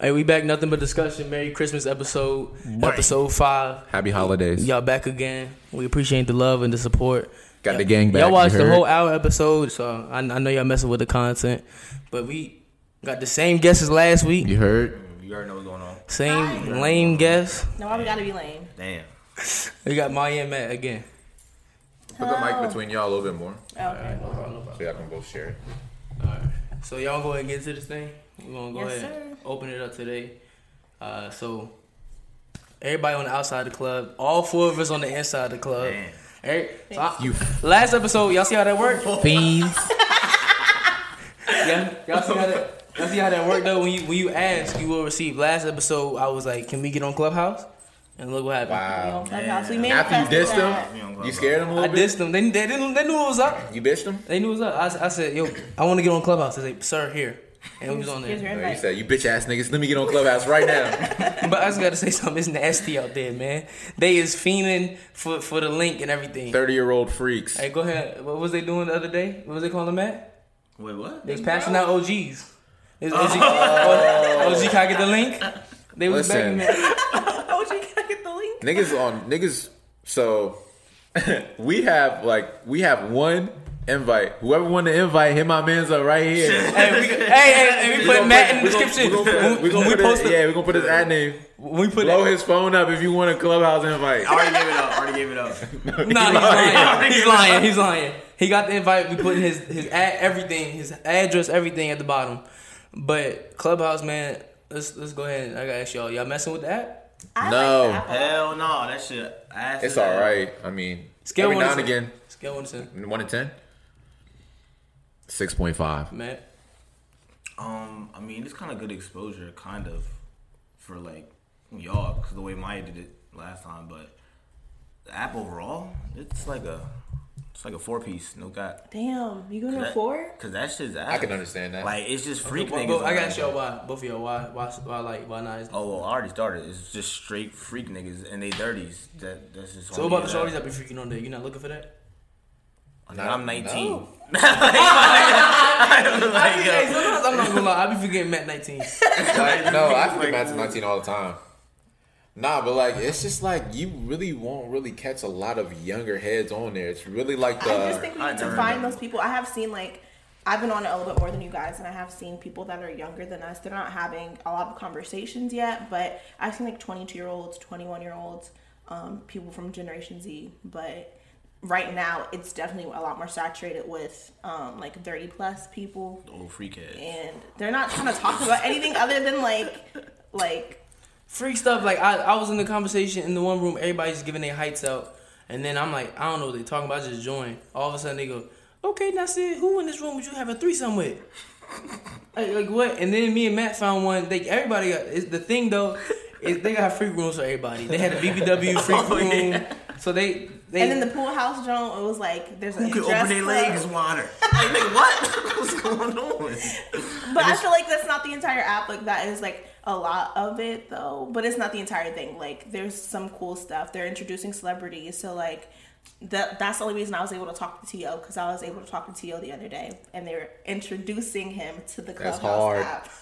Hey, we back. Nothing but discussion. Merry Christmas episode. Episode five. Happy holidays. Y'all back again. We appreciate the love and the support. Got the gang back. y'all you watched the heard? whole hour episode, so I, I know y'all messing with the content. But we got the same guest as last week. You heard? You already know what's going on. Same lame guest. No, why we gotta be lame? Damn. We got Maya and Matt again. Put the mic between y'all a little bit more, Oh, okay. so y'all can both share it. So y'all go ahead and get into this thing. We're gonna go Yes, ahead and sir. open it up today. Uh, so everybody on the outside of the club, all four of us on the inside of the club. Damn. Hey, so I- You last episode, y'all see how that worked? fiends. Yeah, y'all see how that. Y'all see how that worked though. When you when you ask, you will receive. Last episode, I was like, "Can we get on Clubhouse?" And look what happened. We Wow. on Clubhouse. We Oh, After you manifested dissed that. them, you scared them a I little bit. dissed them. They, they didn't. They knew it was up. You bitched them. They knew it was up. I, s- I said, "Yo, I want to get on Clubhouse." They said, "Sir, here," and we was on Here's there. your No, You invite. said you bitch ass niggas. Let me get on Clubhouse right now. But I just gotta say something. It's nasty out there, man. They is fiending for for the link and everything. Thirty year old freaks. Hey, go ahead. What was they doing the other day? What was they calling Matt? Wait, what? They was passing out OGs. Is OG, oh. OG, can I get the link? They was begging Listen. that. Oh, you gotta get the link. Niggas on niggas. So we have like we have one invite. Whoever won the invite, hit my man's up right here. Hey, we, hey, hey, hey, we put Matt in the We description. gonna put- we When gonna we put post his, the, yeah, we gonna put his ad name. when we put Blow it. his phone up if you want a clubhouse invite. I already gave it up. I already gave it up. Nah, he's lying. He's lying. He's lying. He got the invite. We put his his ad, everything, his address, everything at the bottom. But Clubhouse, man, let's let's go ahead. I gotta ask y'all. Y'all messing with the app? I No. Like the Apple. Hell no, that shit. ass It's is all ass. right. I mean, Scale every one now to and again, Scale one to ten, one to ten. Six point five. Matt. Um, I mean, it's kind of good exposure, kind of, for like y'all, because the way Maya did it last time. But the app overall, it's like a, it's like a four piece. No got Damn, you going to four? Because that shit's ass. I can understand that. Like it's just freak Well, niggas. well, I on gotta that ask y'all why. Both of y'all why why why like why not? Oh well, I already started. It's just straight freak niggas in their thirties. That that's just. so all what about niggas the that- shorties that be freaking on there? You not looking for that? Nah, I'm uh, 19. No. I be, hey, sometimes I'm not gonna lie. I be forgetting Matt 19. Like, no, I forget Matt's nineteen all the time. Nah, but like it's just like you really won't really catch a lot of younger heads on there. It's really like the I just think we I need to never find know. those people. I have seen like I've been on it a little bit more than you guys, and I have seen people that are younger than us. They're not having a lot of conversations yet, but I've seen like 22 year olds, 21 year olds, um, people from Generation Z. But right now, it's definitely a lot more saturated with um, like 30 plus people, Old freak head. and they're not trying to talk about anything other than like like freak stuff. Like I, I was in the conversation in the one room, everybody's giving their heights out, and then I'm like, I don't know what they talking about. I just join. All of a sudden they go, okay, now see who in this room would you have a threesome with? like, like what? And then me and Matt found one. They everybody got it's, the thing though. Is they got free rooms for everybody. They had a BBW free room, so they they. And then the pool house joint, it was like there's Who a could dress open their club. legs wider? Like, nigga, what? What's going on? But I feel like that's not the entire app. Like that is like a lot of it though. But it's not the entire thing. Like there's some cool stuff. They're introducing celebrities, so like that that's the only reason I was able to talk to To because I was able to talk to To the other day, and they were introducing him to the That's Clubhouse hard. app,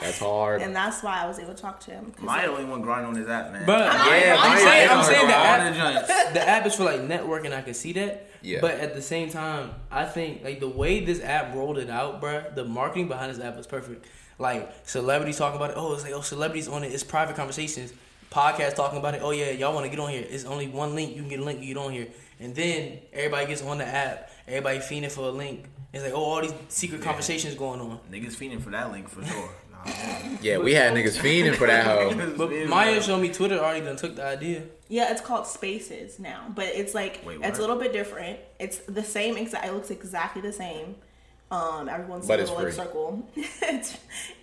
that's hard. and that's why I was able to talk to him. 'Cause, My like, only one grinding on his app, man. Bruh, Yeah, I'm Maya saying, is I'm on saying the her app, All the joints. the app is for like networking. I can see that. Yeah. But at the same time, I think like the way this app rolled it out, bruh, the marketing behind this app was perfect. Like celebrities talking about it. Oh, it's like oh, celebrities on it. It's private conversations. Podcast talking about it. Oh yeah, y'all want to get on here? It's only one link. You can get a link. You get on here, and then everybody gets on the app. Everybody fiending for a link. It's like oh, all these secret conversations going on. Niggas fiending for that link for sure. Nah, man. yeah, we had niggas fiending for that hoe. Niggas Oh. But fiending for Maya that. showed me Twitter already done took the idea. Yeah, it's called Spaces now, but it's like Wait, it's what? a little bit different. It's the same exact. It looks exactly the same. Um, everyone's But in a it's little like free. circle,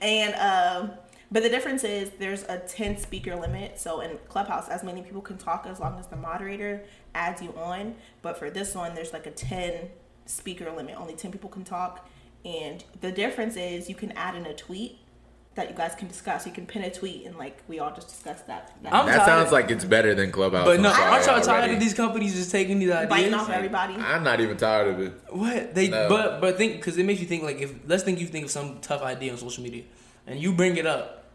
and um, but the difference is there's a ten speaker limit. So in Clubhouse, as many people can talk as long as the moderator adds you on. But for this one, there's like a ten speaker limit. Only ten people can talk, and the difference is you can add in a tweet that you guys can discuss. You can pin a tweet, and like we all just discussed that. that I'm That tired. sounds like it's better than clubhouse. But I'm no, sorry aren't y'all tired already. of these companies just taking these ideas? biting off everybody. I'm not even tired of it. What they No. but but think because it makes you think like if let's think you think of some tough idea on social media and you bring it up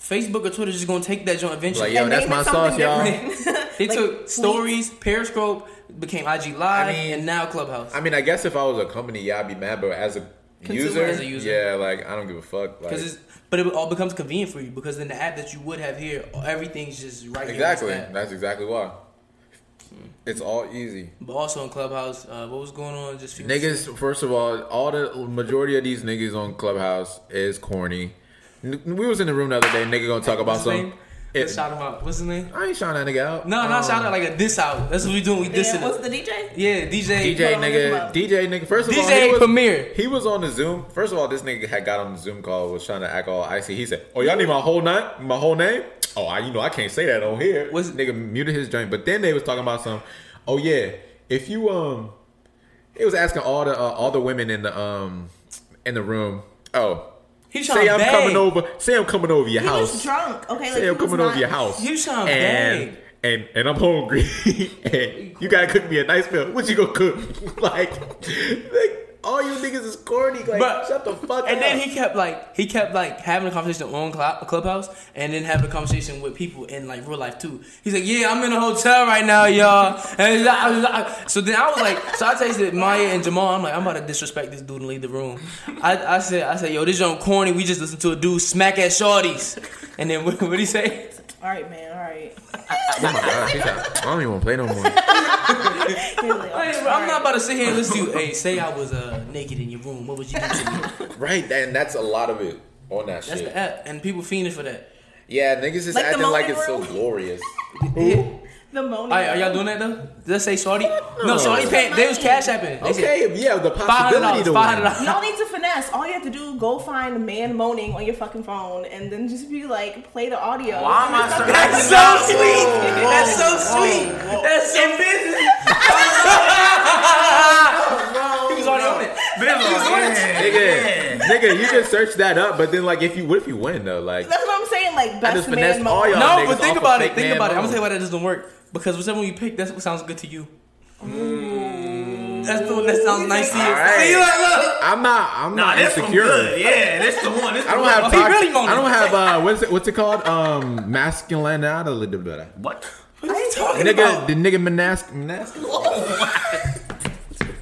Facebook or Twitter just gonna take that joint eventually. Like, yo, And that's name my it something sauce, y'all. different. they Like, took tweet. stories, Periscope became IG Live, I mean- and now Clubhouse. I mean, I guess if I was a company, yeah, I'd be mad, but as a Consumer. user, As a user. yeah, like I don't give a fuck. Like, Because it's but it all becomes convenient for you because then the app that you would have here, everything's just right exactly, here. in this app. that's exactly why. It's all easy. But also in Clubhouse, uh, what was going on? Just a few Niggas, first of all, all the majority of these niggas on Clubhouse is corny. N- We was in the room the other day. Nigga gonna talk about What's his name? something. Let's It, shout him out. What's his name? I ain't shouting that nigga out. No, not Um, shout out like a diss out. That's what we doing. We dissing. Damn, what's him. the DJ? Yeah, DJ. DJ Hold on, look him nigga, up. DJ nigga. First of all, DJ he was, Premier. He was on the Zoom. First of all, this nigga had got on the Zoom call was trying to act all icy. He said, "Oh, y'all need my whole night, my whole name." Oh, I you know I can't say that on here. Was- Was nigga muted his joint, but then they was talking about some. Oh yeah, if you um, it was asking all the uh, all the women in the um in the room. Oh, He was trying say to I'm bang. coming over. Say I'm coming over your He house. was drunk. Okay, like Say he I'm was coming not, over your house. You sound and, bad. and and I'm hungry. and you gotta cook me a nice meal. What you gonna cook? like, like all you niggas is corny. Like Bruh. shut the fuck And up. then he kept like he kept like having a conversation on Clu- Clubhouse, and then having a conversation with people in like real life too. He's like, "Yeah, I'm in a hotel right now, y'all." And la- la- so then I was like, so I texted Maya and Jamal. I'm like, I'm about to disrespect this dude and leave the room. I, I said, I said, "Yo, this young corny. We just listened to a dude smack at shorties." And then what what he say? All right, man. All right. oh my god, he's like, I don't even want to play no more. He was like, Hey, all I'm right. not about to sit here and listen to you. Hey, say I was uh, naked in your room. What would you do to me? right, and that's a lot of it on that That's shit. the app, and people fiending for that. Yeah, niggas is Like the acting like it's so moment glorious. the moaning. All right, are y'all doing that though? Did I say sorry? No, no. sorry. Pay, they was cash apping. They said Okay, yeah, the five hundred possibility dollars, to five hundred win. dollars. Y'all need to finesse. All you have to do, go find a man moaning on your fucking phone, and then just be like, play the audio. Why am I starting? That's so sweet. That's so sweet. That's so business. he was already on it. Nigga, nigga, you just search that up, but then like if you what if you win though? Like That's what I'm saying. Like I best just man finessed moaning. all y'all. No, but niggas off think a about it. fake Think man about it. I'm gonna mode. tell you why that doesn't work. Because whichever one you pick, that's what sounds good to you. Mm. That's the one that sounds nice to you. Alright. See, look, look. I'm not I'm Nah, not this one insecure. good. Yeah, this the one. This the I don't one. have. he toxic- really moaning. I don't have. Uh, what's it? What's it called? Um, masculinity. What? What are you talking Nigga, about? the nigga menas- menas-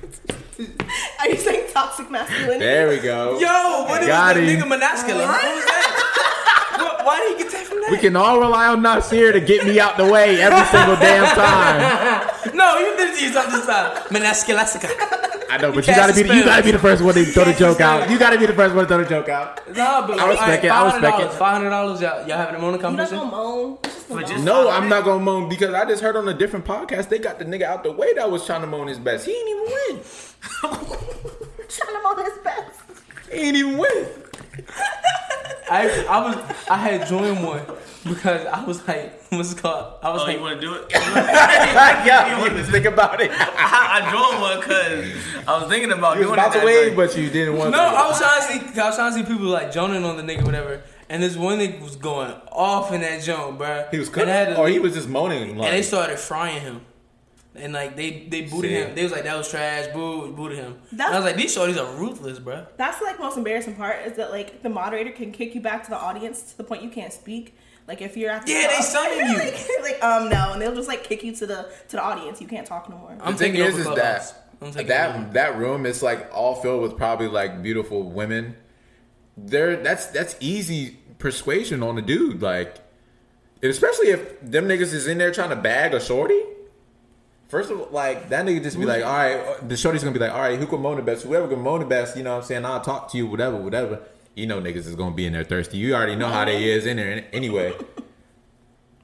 Are you saying toxic masculinity? There we go. Yo, what is that Got him. nigga Manascula? What was that? What- Why did he get that from that? We can all rely on Nasir to get me out the way every single damn time. No, you uh, did it to yourself this time. Manascalasica. I know, but you Cast gotta a be the, you spell. gotta be the first one to throw the Cast a joke out. spell. You gotta be the first one to throw the joke out. Nah, but I respect it, I respect it. Five hundred dollars, y'all. Y'all having a morning You not conversation? gonna moan. It's just a For moan. just- No, I'm not gonna moan because I just heard on a different podcast they got the nigga out the way that was trying to moan his best. He ain't even win. trying to moan his best. He ain't even win. I, I was, I had joined one because I was like, what's it called? I was Oh, like, you want to do it? yeah, you just think about it. You I, I joined one because I was thinking about was doing about to it. that win, day. but you didn't want no, to. I was trying to see, I was trying to see people like joning on the nigga, whatever. And this one nigga was going off in that joint, bruh. He was And, I had cooking, to or he leave. was just moaning. Like, and they started frying him. And like they, they booted Shit. him. They was like, that was trash. Boo, booted him. And I That's- was like, these shorties are ruthless, bruh. That's like most embarrassing part is that like the moderator can kick you back to the audience to the point you can't speak. Like if you're at the Yeah, they summon you. like, like, um no, and they'll just like kick you to the to the audience. You can't talk no more. I'm the thing taking is, over is Clubhouse. that I'm taking that over. that room is like all filled with probably like beautiful women. There, that's that's easy persuasion on a dude, like, and especially if them niggas is in there trying to bag a shorty. First of all, like that nigga just be like, all right, uh, the shorty's gonna be like, all right, who can moan the best? Whoever can moan the best, you know what I'm saying? I'll talk to you, whatever, whatever. You know, niggas is gonna be in there thirsty. You already know how they is in there an- anyway.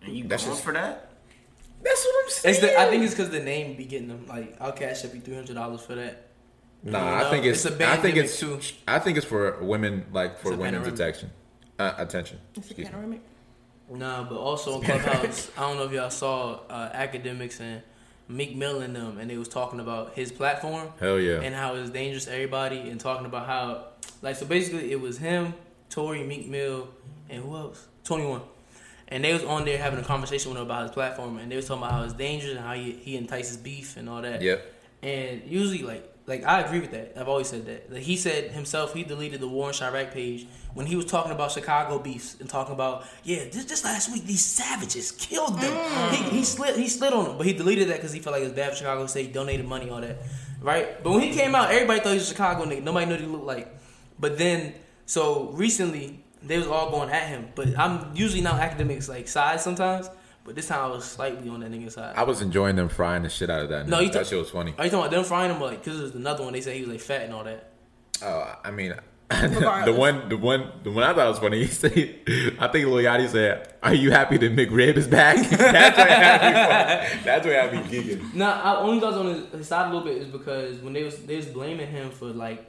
And you That's going just- for that? That's what I'm saying. It's the, I think it's because the name be getting them. Like, I'll cash up you three hundred dollars for that. Nah, You know, I think it's. it's a I band think gimmick, it's. too. I think it's for women, like for It's a women's panoramic. attention. Uh, attention. Is it Excuse me. panoramic? Nah, but also on Clubhouse, I don't know if y'all saw uh, academics and Meek Mill and them, and they was talking about his platform Hell yeah. and how it's dangerous to everybody, and talking about how, like, so basically it was him, Tory, Meek Mill, and who else? Twenty One, and they was on there having a conversation with him about his platform, and they was talking about how it's dangerous and how he, he entices beef and all that. Yep. And usually, like, Like I agree with that. I've always said that. Like he said himself, he deleted the War in Chirac page when he was talking about Chicago beefs and talking about yeah, this just last week these savages killed them. He, he slid he slid on them, but he deleted that because he felt like it was bad for Chicago. Say he donated money, all that, right? But when he came out, everybody thought he was a Chicago nigga. Nobody knew what he looked like. But then so recently they was all going at him. But I'm usually not academics like side sometimes. But this time I was slightly on that nigga's side. I was enjoying them frying the shit out of that. No, No, you that took- shit was funny. Are you talking about them frying him? Like, because there's another one. They said he was like fat and all that. Oh, I mean, the Regardless. one, the one, the one I thought was funny. He said, "I think Lil Yachty said, are you happy that McRib is back?'" That's what had me. fucked- That's what had me giggling. Nah, I only got on his, his side a little bit is because when they was they was blaming him for like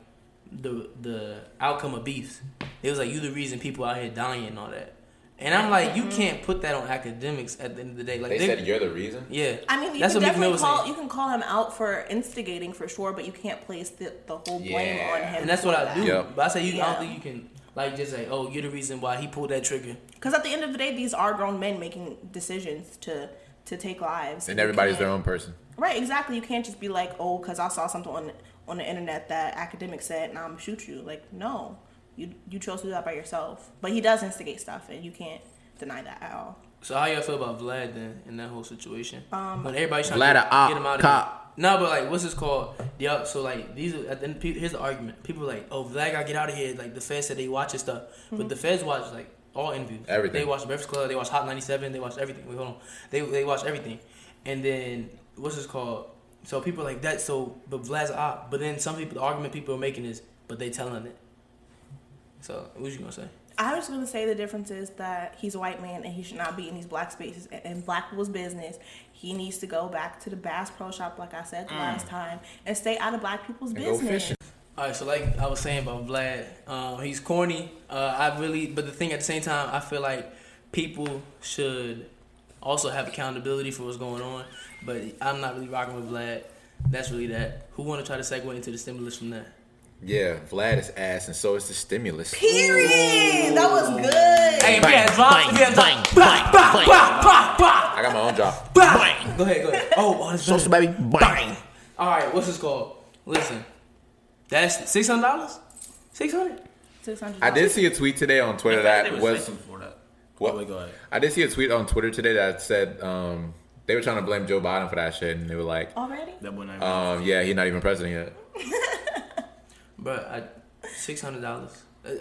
the the outcome of beefs. They was like, "You the reason people out here dying and all that." And I'm like, Mm-hmm. you can't put that on academics at the end of the day. Like, they- you're the reason. yeah. I mean, you That's can what Meek Mill definitely was call saying. you can call him out for instigating for sure, but you can't place the, the whole blame Yeah. on him. and that's what I do. Yep. But I say you, I Yeah. don't think you can like just say, "Oh, you're the reason why he pulled that trigger." Because at the end of the day, these are grown men making decisions to to take lives, And You everybody's their can't- own person. Right, exactly. You can't just be like, oh, because I saw something on on the internet that academic said, and I'm gonna shoot you. Like, no, you you chose to do that by yourself. But he does instigate stuff, and you can't deny that at all. So how y'all feel about Vlad then in that whole situation? Um, when everybody's trying Vlad to a op, get, him out cop. of here. No, but like, what's this called? Yeah, so like these. Are, and pe- here's the argument. People are like, oh, Vlad gotta get out of here. Like the Fed said they watch his stuff, but the Feds watch like all interviews. Everything. They watch Breakfast Club. They watch Hot 97. They watch everything. Wait, hold on. They they watch everything, and then what's this called? So people are like that. So but Vlad's a op. But then some people, the argument people are making is, but they telling it. So what you gonna say? I was gonna say the difference is that he's a white man and he should not be in these black spaces and- and black people's business. He needs to go back to the Bass Pro Shop, like I said the last time, and stay out of black people's Mm. And go business. fishing. All right, so like I was saying about Vlad, um, he's corny. Uh, I really, but the thing at the same time, I feel like people should also have accountability for what's going on. But I'm not really rocking with Vlad. That's really that. Who want to try to segue into the stimulus from that? Yeah, Vlad is ass, and so is the stimulus. Period. That was good. Hey, if we had drops, if we had drops, bah, bah, bah, bah, bah, I got my own job. bah. Go ahead, go ahead. Oh, oh that's better. baby, bang. All right, what's this called? Listen, that's six hundred dollars. Six hundred. $600. I did see a tweet today on Twitter They that were was thanking for that. What? Oh, wait, go ahead. I did see a tweet on Twitter today that said um, they were trying to blame Joe Biden for that shit, and they were like, already. That one night. um, "Yeah, he's not even president yet." But I six hundred dollars.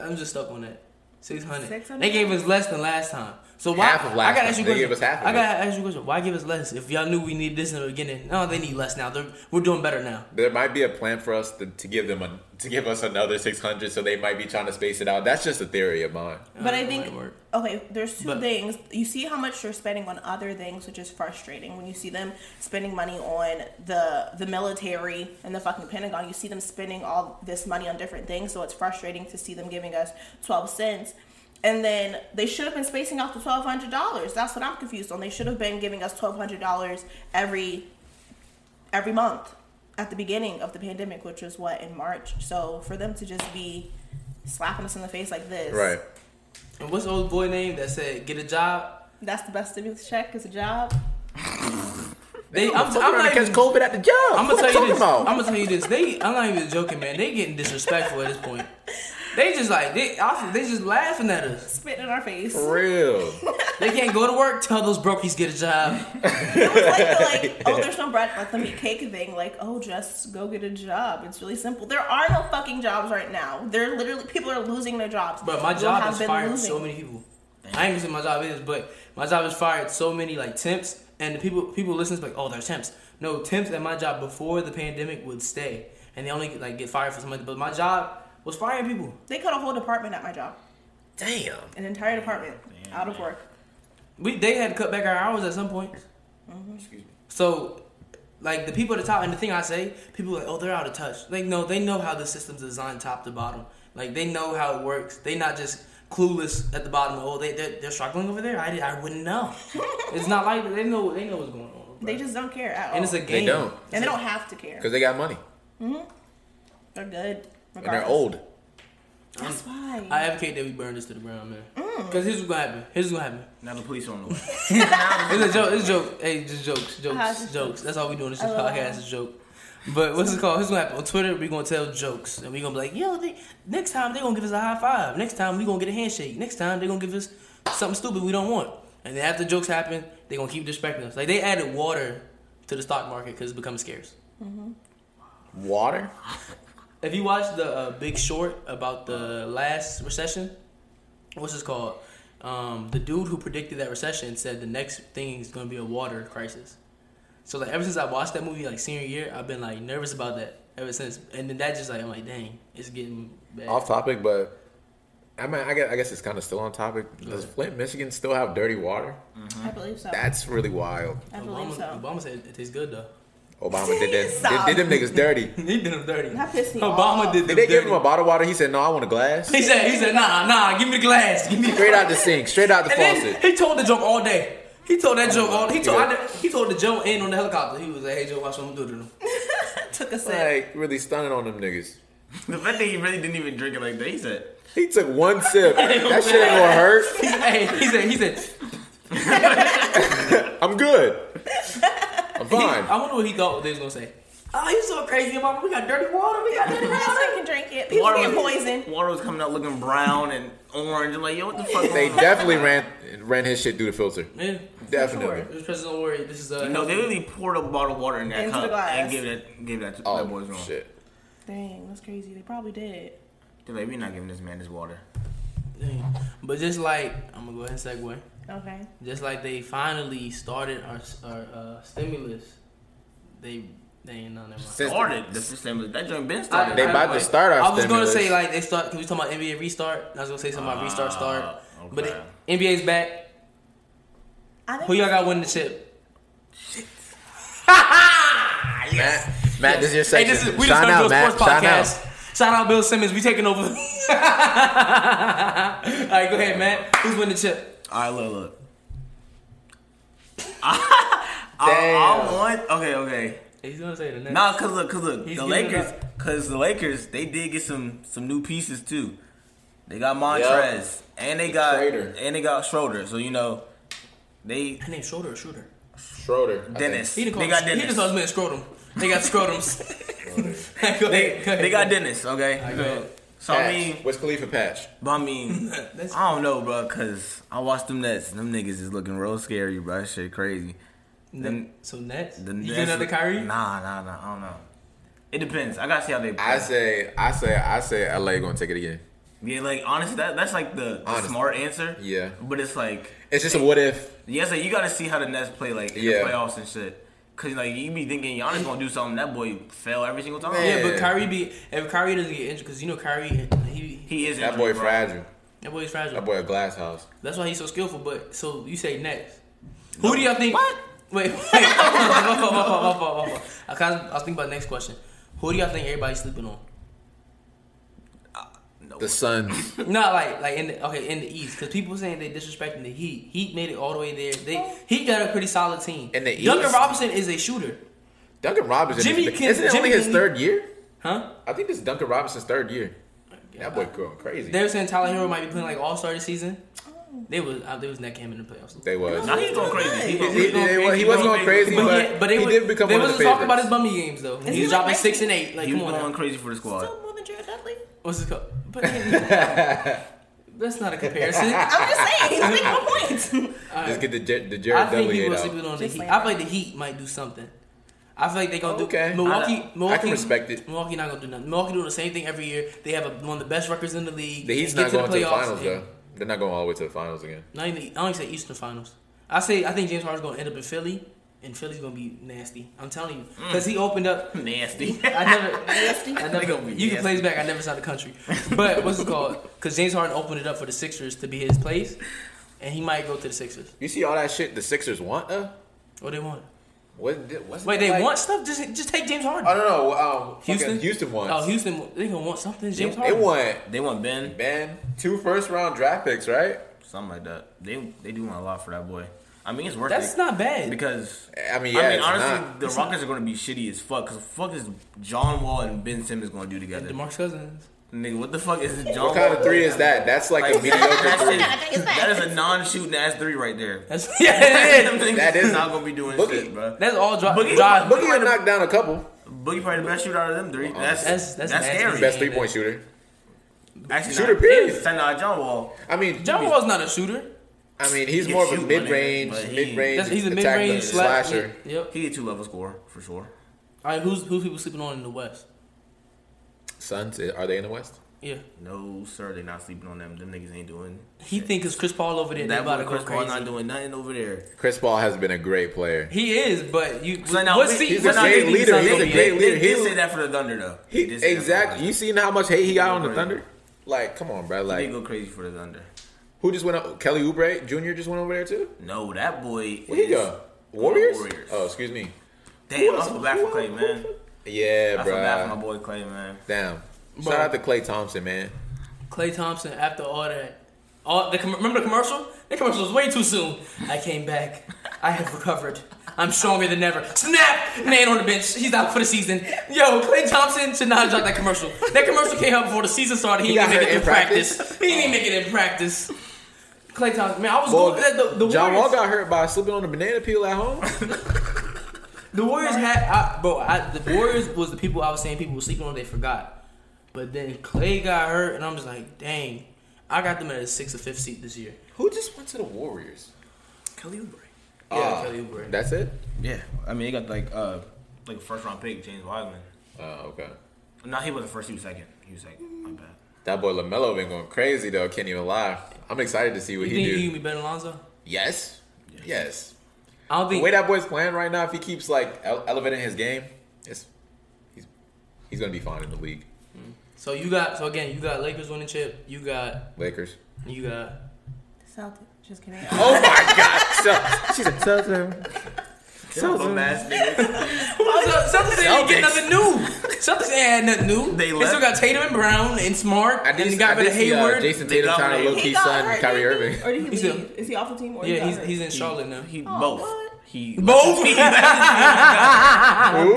I'm just stuck on that. Six hundred. $600? They gave us less than last time. So why? Half of last I gotta ask you time. a They question. gave us half of I gotta ask you a question. Why give us less if y'all knew we needed this in the beginning? No, they need less now. They're, we're doing better now. There might be a plan for us to, to give them a, to give us another six hundred, so they might be trying to space it out. That's just a theory of mine. But I Uh, think might work. okay, there's two But- things. You see how much you're spending on other things, which is frustrating. When you see them spending money on the the military and the fucking Pentagon, you see them spending all this money on different things, so it's frustrating to see them giving us 12 cents. And then they should have been spacing out the twelve hundred dollars. That's what I'm confused on. They should have been giving us twelve hundred dollars every every month at the beginning of the pandemic, which was what in March. So for them to just be slapping us in the face like this, Right. And what's the old boy name that said get a job? That's the best stimulus check is a job. They, I'm, I'm trying to not catch even, COVID at the job. I'm What gonna tell you talking this. about? I'm gonna tell you this. They, I'm not even joking, man. They getting disrespectful at this point. They just like they, I- they just laughing at us. Spit in our face. For real. They can't go to work. Tell those brokies get a job. It was like the like, oh, there's no bread, let them eat cake thing. Like, oh, just go get a job. It's really simple. There are no fucking jobs right now. They're literally people are losing their jobs. But my You job have has been fired losing. so many people. I ain't gonna say my job is, but my job has fired so many like temps, and the people people listen to like, oh, they're temps. No, temps at my job before the pandemic would stay, and they only like get fired for some. But my job was firing people. They cut a whole department at my job, Damn. an entire department out of work. We they had to cut back our hours at some point. Excuse me. So, like the people at the top, and the thing I say, people are like, oh, they're out of touch. Like, no, they know how the system's designed top to bottom. Like, they know how it works. They not just clueless at the bottom. Oh, they they're, they're struggling over there. I, di- I wouldn't know. it's not like that. they know they know what's going on. They bruh. just don't care at all. and it's a game. They don't. and they don't have to care. Because they got money. They're good. And they're regardless. old. That's why. I advocate that we burn this to the ground, man. Mm. Because here's what's gonna happen. Here's what's gonna happen. Now the police are on the way. It's a joke. It's a joke. Hey, just jokes, Uh-huh, just jokes, jokes. That's all we doing. This is I love podcast. It's a joke. But what's it called? It's gonna happen on Twitter. We're gonna tell jokes, and we're gonna be like, "Yo, they, next time they're gonna give us a high five. Next time we're gonna get a handshake. Next time they're gonna give us something stupid we don't want." And then after jokes happen, they're gonna keep disrespecting us. Like they added water to the stock market because it becomes scarce. Water? If you watch the uh, Big Short about the last recession, what's this called? Um, the dude who predicted that recession said the next thing is going to be a water crisis. So like ever since I watched that movie like senior year, I've been like nervous about that ever since. And then that just like I'm like dang, it's getting bad. Off topic, but I mean, I guess, I guess it's kind of still on topic. Does Flint, Michigan still have dirty water? I believe so. That's really wild. I believe Obama, so. Obama said it tastes good though. Obama did that. Stop. Did, did them niggas dirty. he did him dirty. That pissed me Obama off. did them Did they give dirty. him a bottle of water? He said, no, I want a glass. he said he said nah nah give me the glass give me the Straight out the sink, straight out the And then faucet. he told the joke all day. He told that joke all. He told Yeah. I- he told the joke in on the helicopter. He was like, "Hey Joe, watch what I'm doing." Took a sip. Like, really stunning on them niggas. The fact that he really didn't even drink it like that, he said, He took one sip. That shit ain't gonna hurt. He said, hey, he said, he said, I'm good. I'm he, fine. I wonder what he thought they was gonna say. Oh, you so crazy, mama. We got dirty water. We got dirty Everybody water. else can drink it. People get poisoned. Water was coming out looking brown and orange. I'm like, yo, what the fuck? They going on? definitely ran ran his shit through the filter. Yeah, Definitely. this president, don't worry. This is uh, No, they literally poured a bottle of water in that Into cup the glass. and gave that gave that to that boy's Oh room. shit. Dang, that's crazy. They probably did. They're like, we're not giving this man his water. thing. But just like I'm gonna go ahead and segue. Okay. Just like they finally started our, our uh, stimulus, they they ain't none of Since- Started the system. That joint been started. They about to start our I was gonna stimulus. say like they start. Can we talk about NBA restart? I was gonna say something about restart start. Ah, But okay. it, NBA's back. I think Who y'all got winning the chip? Matt, Matt, this is your Hey, section. this is we just Shine turned out, to a Matt. sports Shine podcast. out. Shout out Bill Simmons. We taking over. All right, go ahead, Matt. Who's winning the chip? All right, look, look. Damn. I, I want. Okay, okay. He's gonna say the next. Nah, cause look, cause look, He's the giving it Lakers, cause the Lakers, they did get some some new pieces too. They got Montrez and they got Schroeder. and they got Schroeder. So you know, they His name Schroeder or Shooter. Schroeder. I Dennis. He They didn't call. got him, he Dennis. just calls me a scrotum. They got scrotums. Go They, ahead, go ahead. they got Dennis. Okay. All right, go ahead. So Patch. I mean, what's Khalifa Patch? but I mean, That's- I don't know, bro, cause I watched them Nets. Them niggas is looking real scary, bro. That shit crazy. Them, So Nets. the you Nets, get another Kyrie? Nah, nah, nah. I don't know. It depends. I gotta see how they. Play. I say, I say, I say, LA gonna take it again. Yeah, like honestly, that, that's like the, the Honest. smart answer. Yeah. But it's like, It's just a what if. yeah, it's like you got to see how the Nets play like in Yeah. the playoffs and shit. Cause like you be thinking Giannis gonna do something, that boy fail every single time. Man. Yeah, but Yeah. Kyrie be if Kyrie doesn't get injured because you know Kyrie he, he He is That injury boy prone. fragile. that boy's fragile. That boy a glass house. That's why he's so skillful. But so you say next. Who do y'all think? What? Wait, wait. My fault, my fault, my fault, my fault. I, kind of, I was thinking about the next question. Who do y'all think everybody's sleeping on? The Suns. Not like like in the, okay in the East because people saying they disrespecting the Heat. Heat made it all the way there. Oh. They Heat got a pretty solid team. In the Duncan East? Robinson is a shooter, Duncan Robinson. Jimmy is, can- isn't it Jimmy only his can- third year? huh? I think this is Duncan Robinson's third year. That boy going crazy. They were saying Tyler Hero might be playing like All Star this season. Oh. They was uh, they was necking him in the playoffs. They was. Nah, he's going crazy. He He, going he- crazy. he- he- he was going crazy, But, but, yeah, but they he was- did become they one of the wasn't talking about favorites. his bummy games though. Is he he was like dropping Messi? six and eight. Like He was come on, going now. crazy for the squad. Still more than Jared Dudley? What's it called? But that's not a comparison. I'm just saying, he's making a point. Just get the, Jer- the I Jared think Dudley he eight was out. sleeping on the Just Heat. like I feel like the Heat might do something. I feel like they gonna Okay. do Milwaukee. I- Milwaukee, I can respect it. Milwaukee not gonna do nothing. Milwaukee doing the same thing every year. They have a, one of the best records in the league. The Heat's They not get going to the playoffs finals and- though. They're not going all the way to the finals again. Not even. I don't even say Eastern Finals. I say I think James Harden's gonna end up in Philly, and Philly's gonna be nasty. I'm telling you, Mm. because he opened up. Nasty. I never. Nasty. I They never, gonna be you can nasty. play this back. I never saw the country, but what's it called? Because James Harden opened it up for the Sixers to be his place, and he might go to the Sixers. You see all that shit the Sixers want though. What they want? What? did- What's Wait, it they like? want stuff. Just just take James Harden. Oh no no. Um, Houston, Houston. Houston wants. Oh, Houston, they gonna want something. James they Harden. want They want Ben, Ben two first round draft picks, right? something like that. They they do want a lot for that boy. I mean, it's worth That's it not bad. because I mean, yeah, I mean, it's honestly, not. the Rockets are going to be shitty as fuck. Cause fuck is John Wall and Ben Simmons going to do together? DeMarcus Cousins. Nigga, what the fuck is John? What kind Wall- of three is that? That's like a Like, mediocre that's three. it. That is a non-shooting ass three right there. That's yeah, it is. Them niggas That is- not gonna be doing Boogie. shit, bro. That's all dri- Boogie- drive. Boogie knocked down a couple. Boogie probably the best shooter out of them three. That's That's- that's, that's nasty. scary. Best three point shooter. Actually, Shooter, not- period. it's not John Wall. I mean, John Wall's not a shooter. I mean, he's He more can of a shoot, mid range, my nigga, but he- mid range That's, he's a attacker, mid-range sla- slasher. Yep. He a two level score for sure. All right, who's who's people sleeping on in the West? Suns eh, are they in the West? Yeah. No sir, they not sleeping on them. Them niggas ain't doing. He think it's Chris Paul over there. That That about to boy go Chris Paul crazy. not doing nothing over there. Chris Paul has been a great player. He is, but you. So now what we- seat? He's what a seat great did he leader. sign He's for? a great leader. They did He- say that for the Thunder though. He, They did say that for the exactly. You Thunder. seen how much hate he got on the Right. Thunder? Like, come on, bro. They Like, go crazy for the Thunder. who just went up? Kelly Oubre Jr. just went over there too. No, that boy. Where he is- go? Warriors? Warriors. Oh, excuse me. Damn, Who I else- feel bad for who Clay, else- man. Yeah, I feel bad for my bro. boy Clay, man. Damn. Bro. Shout out to Clay Thompson, man. Clay Thompson. After all that, all the com- remember the commercial? The commercial was way too soon. I came back. I have recovered. I'm stronger than ever. Snap! Man on the bench. He's out for the season. Yo, Clay Thompson should not have dropped that commercial. That commercial came out before the season started. He, He got didn't make hurt it in in practice. practice? He didn't make it in practice. Clay Thompson, man, I was Well, going. The, the, the John Warriors- Wall got hurt by slipping on a banana peel at home. The Warriors had, I, bro. I, the Warriors was the people I was saying people were sleeping on. They forgot, but then Clay got hurt, and I'm just like, dang, I got them at a sixth or fifth seat this year. Who just went to the Warriors? Kelly Oubre. Yeah, Ah, Kelly Oubre. That's it. Yeah, I mean they got like uh like a first round pick, James Wiseman. Oh, okay. No, he wasn't first. He was second. He was second. My bad. That boy Lamelo been going crazy though. Can't even lie. I'm excited to see what you he think do. he can be better than Lonzo? Yes. Yes. Yes. I don't The think. way that boy's playing right now, if he keeps like ele- elevating his game, it's, he's he's gonna be fine in the league. so you got. So again, you got Lakers winning chip. You got. Lakers. You got. Celtic. Just kidding. Oh my God! So, she's a Southern. Them bum ass niggas. Celtics, Celtics ain't get nothing Celtics. new. Celtics ain't had nothing new. They They, left. still got Tatum and Brown and Smart I did, and got rid I did of see, uh, Hayward. Jason They Tatum trying dominate. to low key got son hurt, Kyrie didn't he? Irving. Or did he He's leave? Is he off the team? Or he yeah, got he's hurt? he's in Charlotte now. He Oh, both. what? He Both. Who?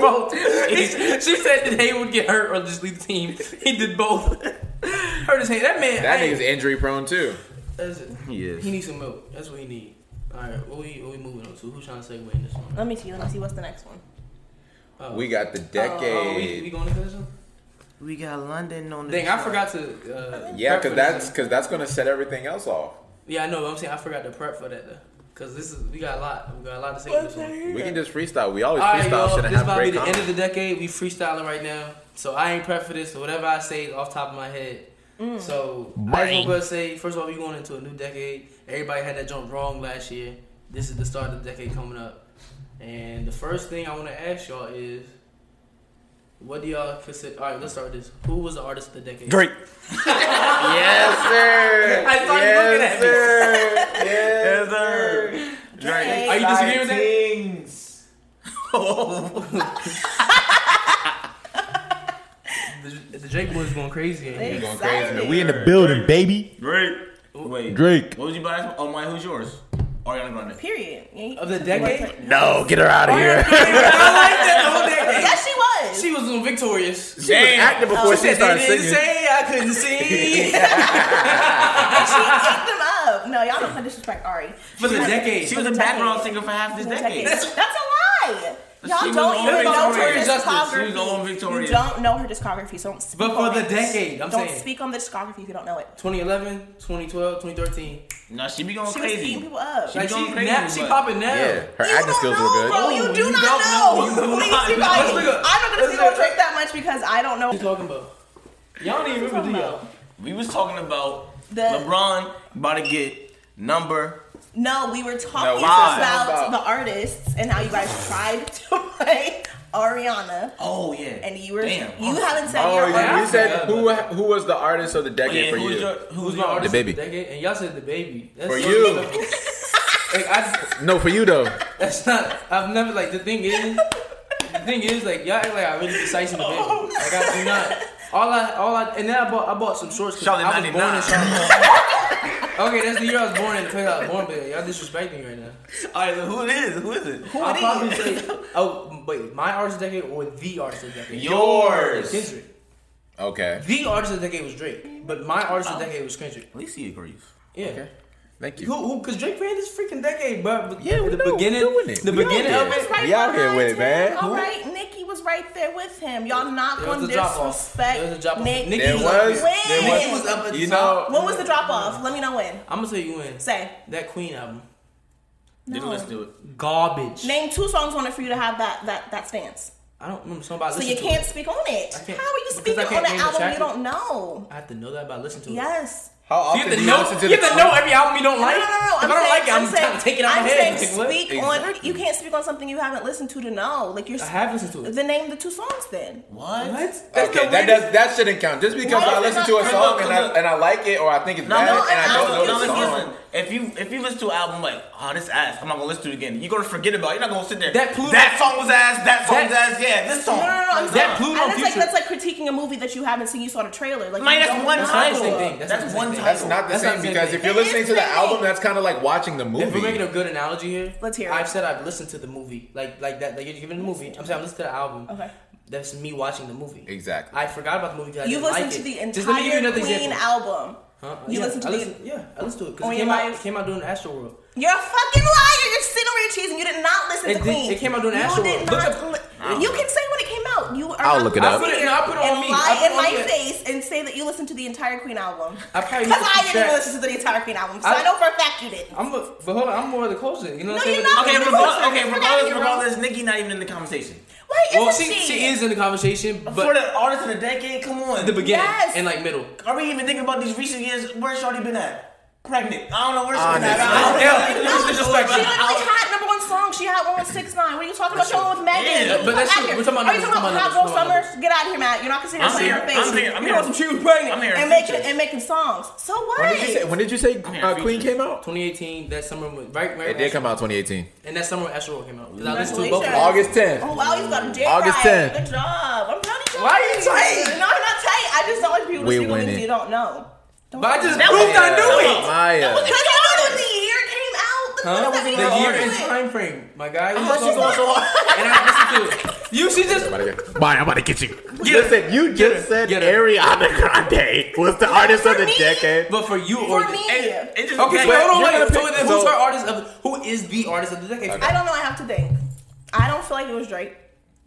both. She said that Hayward get hurt or just leave the team. He did both. Hurt his hand. That man. That hey, nigga's injury prone too. that's- He is. He needs some milk. That's what he need. All right. What we what we moving on to? Who's trying to segue in this one? Let me see. Let me see. What's the next one? Uh, We got the Oh, we, we decade. going to finish one? We got London on the. Dang, I forgot to. Uh, Yeah, prep for this because that's one. because that's gonna set everything else off. Yeah, I know. But I'm saying I forgot to prep for that though. Cause this is we got a lot. We got a lot to say. in This one. We can just freestyle. We always All right, freestyle y'all. shit This and have about to be great the end of comments. the decade. We freestyling right now, so I ain't prepped for this. So whatever I say is off top of my head. So I just Bang. want to say, first of all, we going into a new decade. Everybody had that jump wrong last year. This is the start of the decade coming up. And the first thing I want to ask y'all is, what do y'all consider? All right, let's start with this. Who was the artist of the decade? Yes, sir. I saw you looking at yes, me. sir. Yes, Yes, sir. sir. Drake. Are you disagreeing with that? Things. The, the Drake boys going crazy. in here. We going crazy. Excited. We in the building, baby. Drake. Wait. Drake. What was you buy? Oh my, who's yours? Ariana Grande. Period. Of the decade? No, get her out of I like here. that the whole decade. Yes, she was. She was doing victorious. She was acting before She said they she started didn't singing. say I couldn't see. she ate them up. No, y'all don't disrespect Ari. For the decade. She was a background singer for half this decade. That's a lie. Y'all She was don't on even know her Victoria's Justice. discography. She was on Victoria's. You don't know her discography, so don't speak But for on the it. decade, I'm don't saying. speak on the discography if you don't know it. 2011, 2012, 2013. No, she be going She was crazy. eating people up. She Like going she, crazy, now, she but- popping now. Yeah, her you acting don't skills know, were good. Bro, Ooh, you do you not don't know. know. You do Please, not you know. guys- Let's look up. I'm not gonna Let's see look no up. Drake that much because I don't know. What you talking about? Y'all don't even remember, What you do talking y'all? about? We was talking about The- LeBron about to get number. No, we were No, talking we talking about, about- the artists and how you guys tried to play Ariana, Oh yeah. and you were Damn. you haven't said Oh your yeah, you artist. said who who was the artist of the Oh, yeah, decade for who's you? your- who's Who's my your artist The Baby. of the decade? And y'all said the baby. That's For so you. disrespectful. like I, No, for you though. that's not. I've never like the thing is. The thing is like y'all act like I really decisive the baby. Oh. Like I do not. All I, all I, and then I bought, I bought some shorts. 'cause Charlotte I was born in 99. Charlotte. okay, that's the year I was born in. Because I was born, but y'all disrespecting me right now. All right, so who it is? Who is it? I'll probably say, oh, wait, my artist of the decade or the artist of the decade? Yours. Kendrick. Okay, The artist of the decade was Drake, but my artist Oh. of the decade was Kendrick. At least he agrees. Yeah. thank Who, who, cause Drake ran this freaking decade, but Yeah, we the know, we beginning, doing it. the We out beginning there. of it, Right We out here behind with it, him. man. All right, Nikki was right there with him. Y'all not There was gonna a drop-off. There was a disrespect drop-off. Nick. Nikki There was was. up there. There was. When? was up at You top. know. When was the drop off? Let me know when. I'm gonna tell you when. Say. That Queen album, Didn't listen to it. garbage. Name two songs on it for you to have that that that stance. I don't remember somebody. So you to can't It. speak on it. I can't- How are you because I speaking can't on an name the album track. you don't know? I have to know that by listening to it. Yes. How You often have do to you know. listen to You the have to know every album you don't No, like. no, no, no. If I'm I don't saying, like it, I'm, I'm saying, trying to take it out I'm my head. saying Like, what? speak on. Exactly. You can't speak on something you haven't listened to to know. Like you're. I have listened to it. Then name the two songs then. What? That's Okay, the that weirdest- does that shouldn't count. Just because Why I is it listen not- to a Look, song look, and I look. and I like it or I think it's No, bad no, and I I- don't I- know no, the it's song. different. listen. If you if you listen to an album like, oh this ass, I'm not gonna listen to it again. You're gonna forget about. it. You're not gonna sit there. That Pluto- That song was ass. That song That- was ass. Yeah, this No, song. no, no. no I'm Oh. That saying, Pluto and that's like Future. that's like critiquing a movie that you haven't seen. You saw the trailer. Like Man, you that's don't one know. not the title. same thing. That's That's not the same one thing. title. That's not the That's same not the because same if you're thing. It listening is to the the same album, thing. that's kind of like watching the movie. If we're making a good analogy here, Let's hear it. I've said I've listened to the movie, like like that. Like you're giving the movie. I'm saying I listened to the album. Okay. That's me watching the movie. Exactly. I forgot about the movie because I You've didn't listened like to the it. entire Just let me give you another Queen example. album. Huh? You yeah, listened to I the- listened, yeah, I listened to it On because it your came out, life. it came out during Astroworld. You're a fucking liar. You're sitting over your cheese and you did not listen It to did- Queen. it came out during you Astroworld. Did Look not up- li- you can say when it came out. You are I'll not look it gonna up. I put it- sit no, I put it and on me. I Lie put in it on my me. face and say that you listened to the entire Queen album. I probably Because I listened to didn't even that. listen to the entire Queen album, so I, I- know for a fact you did. I'm a, but hold on, I'm more of the closer. You know No, what I'm saying? you're But- not. Okay, Look, regardless, look, okay, look, regardless, look. regardless, Nikki not even in the conversation. Why isn't Well, she, she is in the conversation, For but the artist of the decade, come on. the beginning Yes. and like middle. Are we even thinking about these recent years? Where's Shorty been at? Pregnant. I don't know where she's been at. Honestly. I don't know. That's She disrespectful. literally had number one song. She had one with Six Nine. What are you talking about? She one with Megan. Yeah, but Get the that's fuck true. out We're talking about here. Are you numbers. We're talking about Hot talking Girl about Summer? numbers. Get out of here, Matt. You're not considering I'm saying here. your face. I'm here. I'm you here. know some she was pregnant I'm here. and making and making songs. So what? When did you say? When did you say uh, Yeah, Queen features. came out? 2018, that summer, when- right, right. It did come out 2018, and that summer when Astroworld came out. 'Cause I listened to both. of them. Congratulations. August 10th. Oh wow, you got a J August 10th. right. Good job. I'm proud of you. Why are you tight? No, I'm not tight. I just don't like people to We speak on winning. things you don't know. Don't But I just That proved I That knew it. was- Because Maya. you know the year came out. The Huh? fuck does The that mean you year don't and know it? time frame, my guy. Why she going so hard? and I listened to it. You should just. Maya, I'm about to get you. Listen, you just said Get her. Ariana Grande was the artist of for the me. decade. But for you or For me, It- it just- Okay, Wait, wait, hold on. you're gonna Wait, so pick- then who's so- our artist of? Who is the artist of the decade? I don't know. I have to think. I don't feel like it was Drake.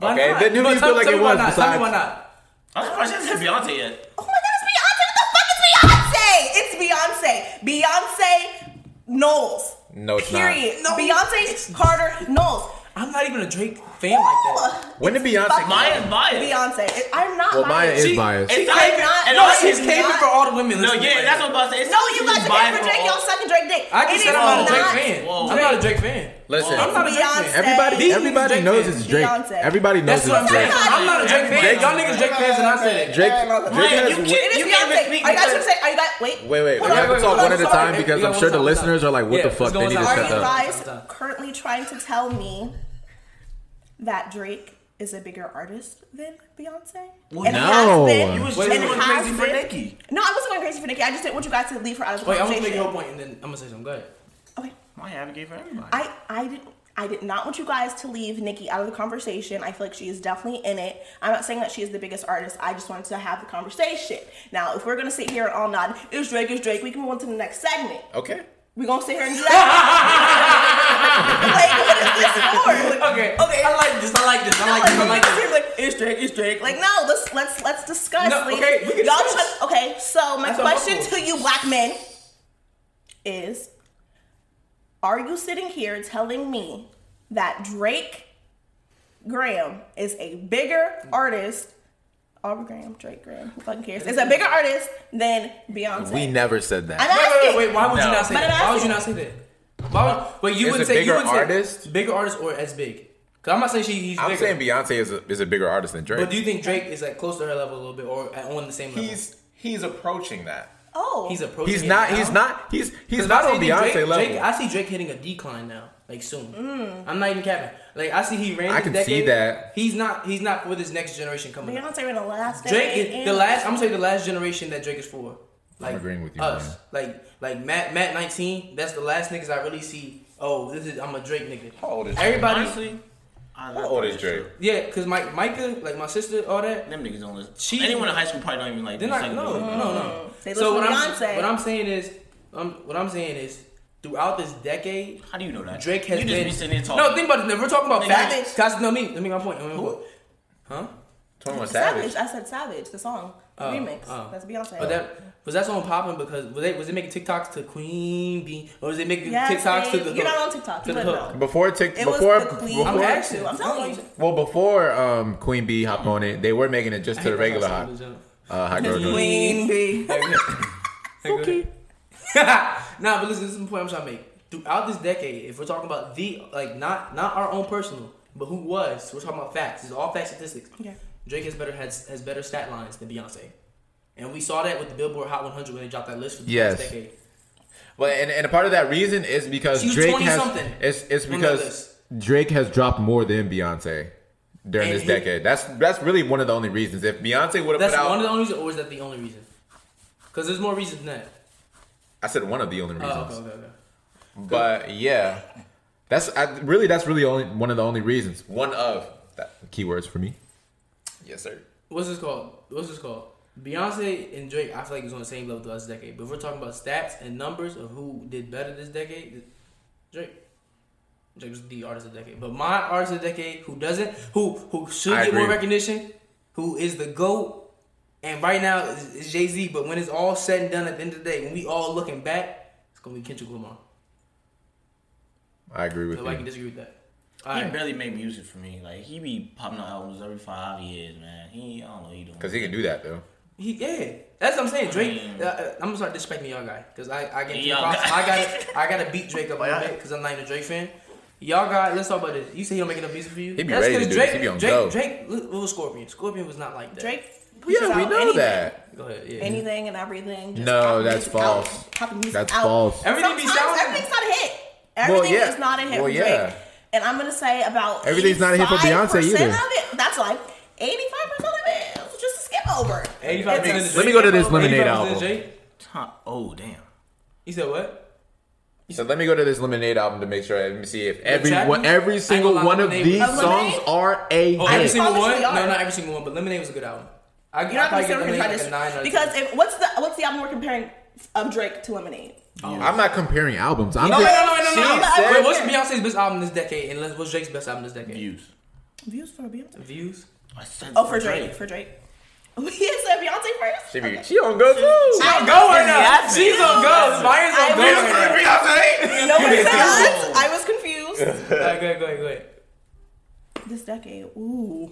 Oh Why Okay, not? then who do No, you tell- feel like tell it me why was not, Tell me besides- why not? I'm surprised she hasn't said Beyonce yet. Oh my god, it's Beyonce! What the fuck is Beyonce? It's Beyonce. Beyonce Knowles. No, it's not. Period. No, Beyonce Carter Knowles. I'm not even a Drake fan like that. When did Beyonce Fuck come Maya's biased. Beyonce. I'm not Well, Maya is biased. She- biased. She's It's not- caving. not- No, not- she's not- caving for all the women. No, listening yeah, right that's now. what I'm about to say. It's No, not you she's guys are for biased at Drake. all. Y'all sucking Drake dick. I just It said is I'm not a Drake not fan. Whoa. I'm not a Drake fan. Listen. I'm not a Drake Beyonce. fan. Everybody, These everybody Drake knows fans. it's Drake. Beyonce. Everybody knows That's what I'm it's Drake. saying. I'm not a Drake fan. Drake- Y'all niggas Drake fans, and I said it. Drake, Drake Maya, has you way- can't- It is You can't even Beyonce. speak Are you guys because- gonna say? Are you guys? Wait. Wait, wait. Hold we on, have to hold talk on, one at a sorry. time because We I'm got sure one the time, listeners stop. are like, "What Yeah, the let's fuck?" go They need to inside. shut Are you Shut up. guys currently trying to tell me that Drake is a bigger artist than Beyonce? and no. has been- You You was Wait, just wait, going wait. crazy for Has been- Nicki. No, I wasn't going crazy for Nicki. I just didn't want you guys to leave her out of the Wait, I'm gonna conversation. make your whole point, and then I'm gonna say something. Go ahead. okay. Maya advocate for everybody. I, I didn't. I did not want you guys to leave Nikki out of the conversation. I feel like she is definitely in it. I'm not saying that she is the biggest artist. I just wanted to have the conversation. Now, if we're gonna sit here and all nod, it's Drake, it's Drake. We can move on to the next segment. Okay. We're gonna sit here and do that. like, what is this for? Like, Okay, okay. I like this. I like this. I like this. I like this. like, it's Drake, it's Drake. Like, no, let's let's let's discuss. No, like, okay, we can y'all discuss. try- okay, so my That's question unlawful. to you black men is are you sitting here telling me that Drake Graham is a bigger artist? Aubrey Graham, Drake Graham, who fucking cares? Is a bigger artist than Beyonce. We never said that. I'm Wait, wait, asking. wait, wait. Why would you No. not say But that? I'm Why would you asking- not say that? Why would? But you Is wouldn't a say you bigger wouldn't say- artist? bigger artist, or as big? Because I'm not saying she. He's I'm bigger. saying Beyonce is a, is a bigger artist than Drake. But do you think Drake is like close to her level a little bit, or at- on the same level? he's he's approaching that. Oh, he's approaching. He's it not. now. He's not. He's he's Because not I on see Beyonce Drake, level. Mm. Drake, I see Drake hitting a decline now, like soon. I'm not even capping. Like I see he ran. I this can see decade. that. He's not. He's not with his next generation coming. up. Beyonce in the last. Drake day is the and- last. I'm gonna say the last generation that Drake is for. Like agreeing with you, Us, man. like like Matt Matt 19. That's the last niggas I really see. Oh, this is I'm a Drake nigga. How old is Drake? everybody? Honestly, I love old is that Drake? shit. Yeah, cause my Micah, like my sister, all that. Them niggas don't listen. She- Anyone in high school probably don't even like. They're this not. type of No, music. no, no. They So what listen to I'm Beyonce. what I'm saying is, um, what I'm saying is, throughout this decade, How do you know that? Drake has you just been. be sitting there talking. no, think about it. If we're talking about Nigga, facts, bitch. guys, no, me. Let me get my point. Let me get my point. Huh? Twenty One Savage. Savage. I said Savage, the song, the Oh, remix. oh. That's Beyonce. But that was that song popping because was they was it making TikToks to Queen B or was it making Yes, TikToks to babe. the You're not hook? on TikTok. To You the wouldn't hook. know. Before tick, It before was the Queen. I'm before asking. I'm telling you. well before um Queen Bee hopped on it, they were making it just I hate to the that regular song, hot Lujan. uh, hot girl joint. Queen Bee. okay. nah, but listen, this is the point I'm trying to make. Throughout this decade, if we're talking about the like not not our own personal, but who was, we're talking about facts. It's all fact statistics. Yeah. Drake has better has has better stat lines than Beyonce, and we saw that with the Billboard Hot 100 when they dropped that list for the Yes. past decade. Well, and, and a part of that reason is because She was Drake 20 has something it's it's on that because list. Drake has dropped more than Beyonce during And this he- decade. That's that's really one of the only reasons. If Beyonce would have That's put out, one of the only reasons, or is that the only reason? Because there's more reasons than that. I said one of the only reasons. Oh, okay, okay, okay. But yeah, that's I, really that's really only one of the only reasons. One of that, keywords for me. Yes, sir. What's this called? What's this called? Beyonce and Drake, I feel like is on the same level throughout this decade. But if we're talking about stats and numbers of who did better this decade, Drake. Drake was the artist of the decade. But my artist of the decade, who doesn't, who who should I get more agree. recognition, who is the GOAT, and right now is, is Jay Z. But when it's all said and done at the end of the day, when we all looking back, it's gonna be Kendrick Lamar. I agree with Nobody can you. disagree with that. All He right. barely made music for me. Like he be popping out albums every five years, man. He I don't know what he doing. Because he can do that though. He yeah. That's what I'm saying. Drake. Mm. uh, uh, I'm gonna start disrespecting y'all guy because I I get Y'all props. guy. I gotta I gotta beat Drake up a little bit because I'm not even a Drake fan. Y'all guy, let's talk about this. You say he don't make enough music for you. He be That's ready to 'cause do Drake, this. He be on Drake, go. Drake, look, little Scorpion. Scorpion was not like that. Drake. pushes Yeah, we out know anything, that. Go ahead. Yeah. Anything and everything. just No, popping that's music false. out, popping music That's out. false. Everything be Sometimes sounding- Everything's not a hit. Everything yeah. is not a hit Well, for yeah. Drake. And I'm gonna say about Everything's not a hit for Beyonce 85% either. Of it, that's like 85 percent of it was just a skip over. 85% It's a of Drake. Let me go to this skip over. Lemonade Anybody album. was in Drake? Top- oh damn. You said what? So let me go to this Lemonade album to make sure. Let me see if every Jack- one, every single I ain't gonna lie, one of Lemonade these was- songs Lemonade? are a Oh, every hit. single Obviously one? No, they are. not every single one. But Lemonade was a good album. I, I You're not probably get gonna compare Lemonade like this a nine out of because 10. if, what's the what's the album we're comparing um, Drake to Lemonade? I'm not comparing albums. I'm no, wait, no, just, no, no, no, She no. said- Wait, what's Beyonce's best album this decade? And let's- what's Drake's best album this decade? Views. Views for Beyonce. Views. I said Oh, for Drake. For Drake. We said Beyonce first. She, be, Okay. she on go too. I- on go right now. Yeah. She's on go. Maya's I on go was- right now. No one said us. I was confused. Alright, go ahead, go ahead, go ahead. this decade, ooh.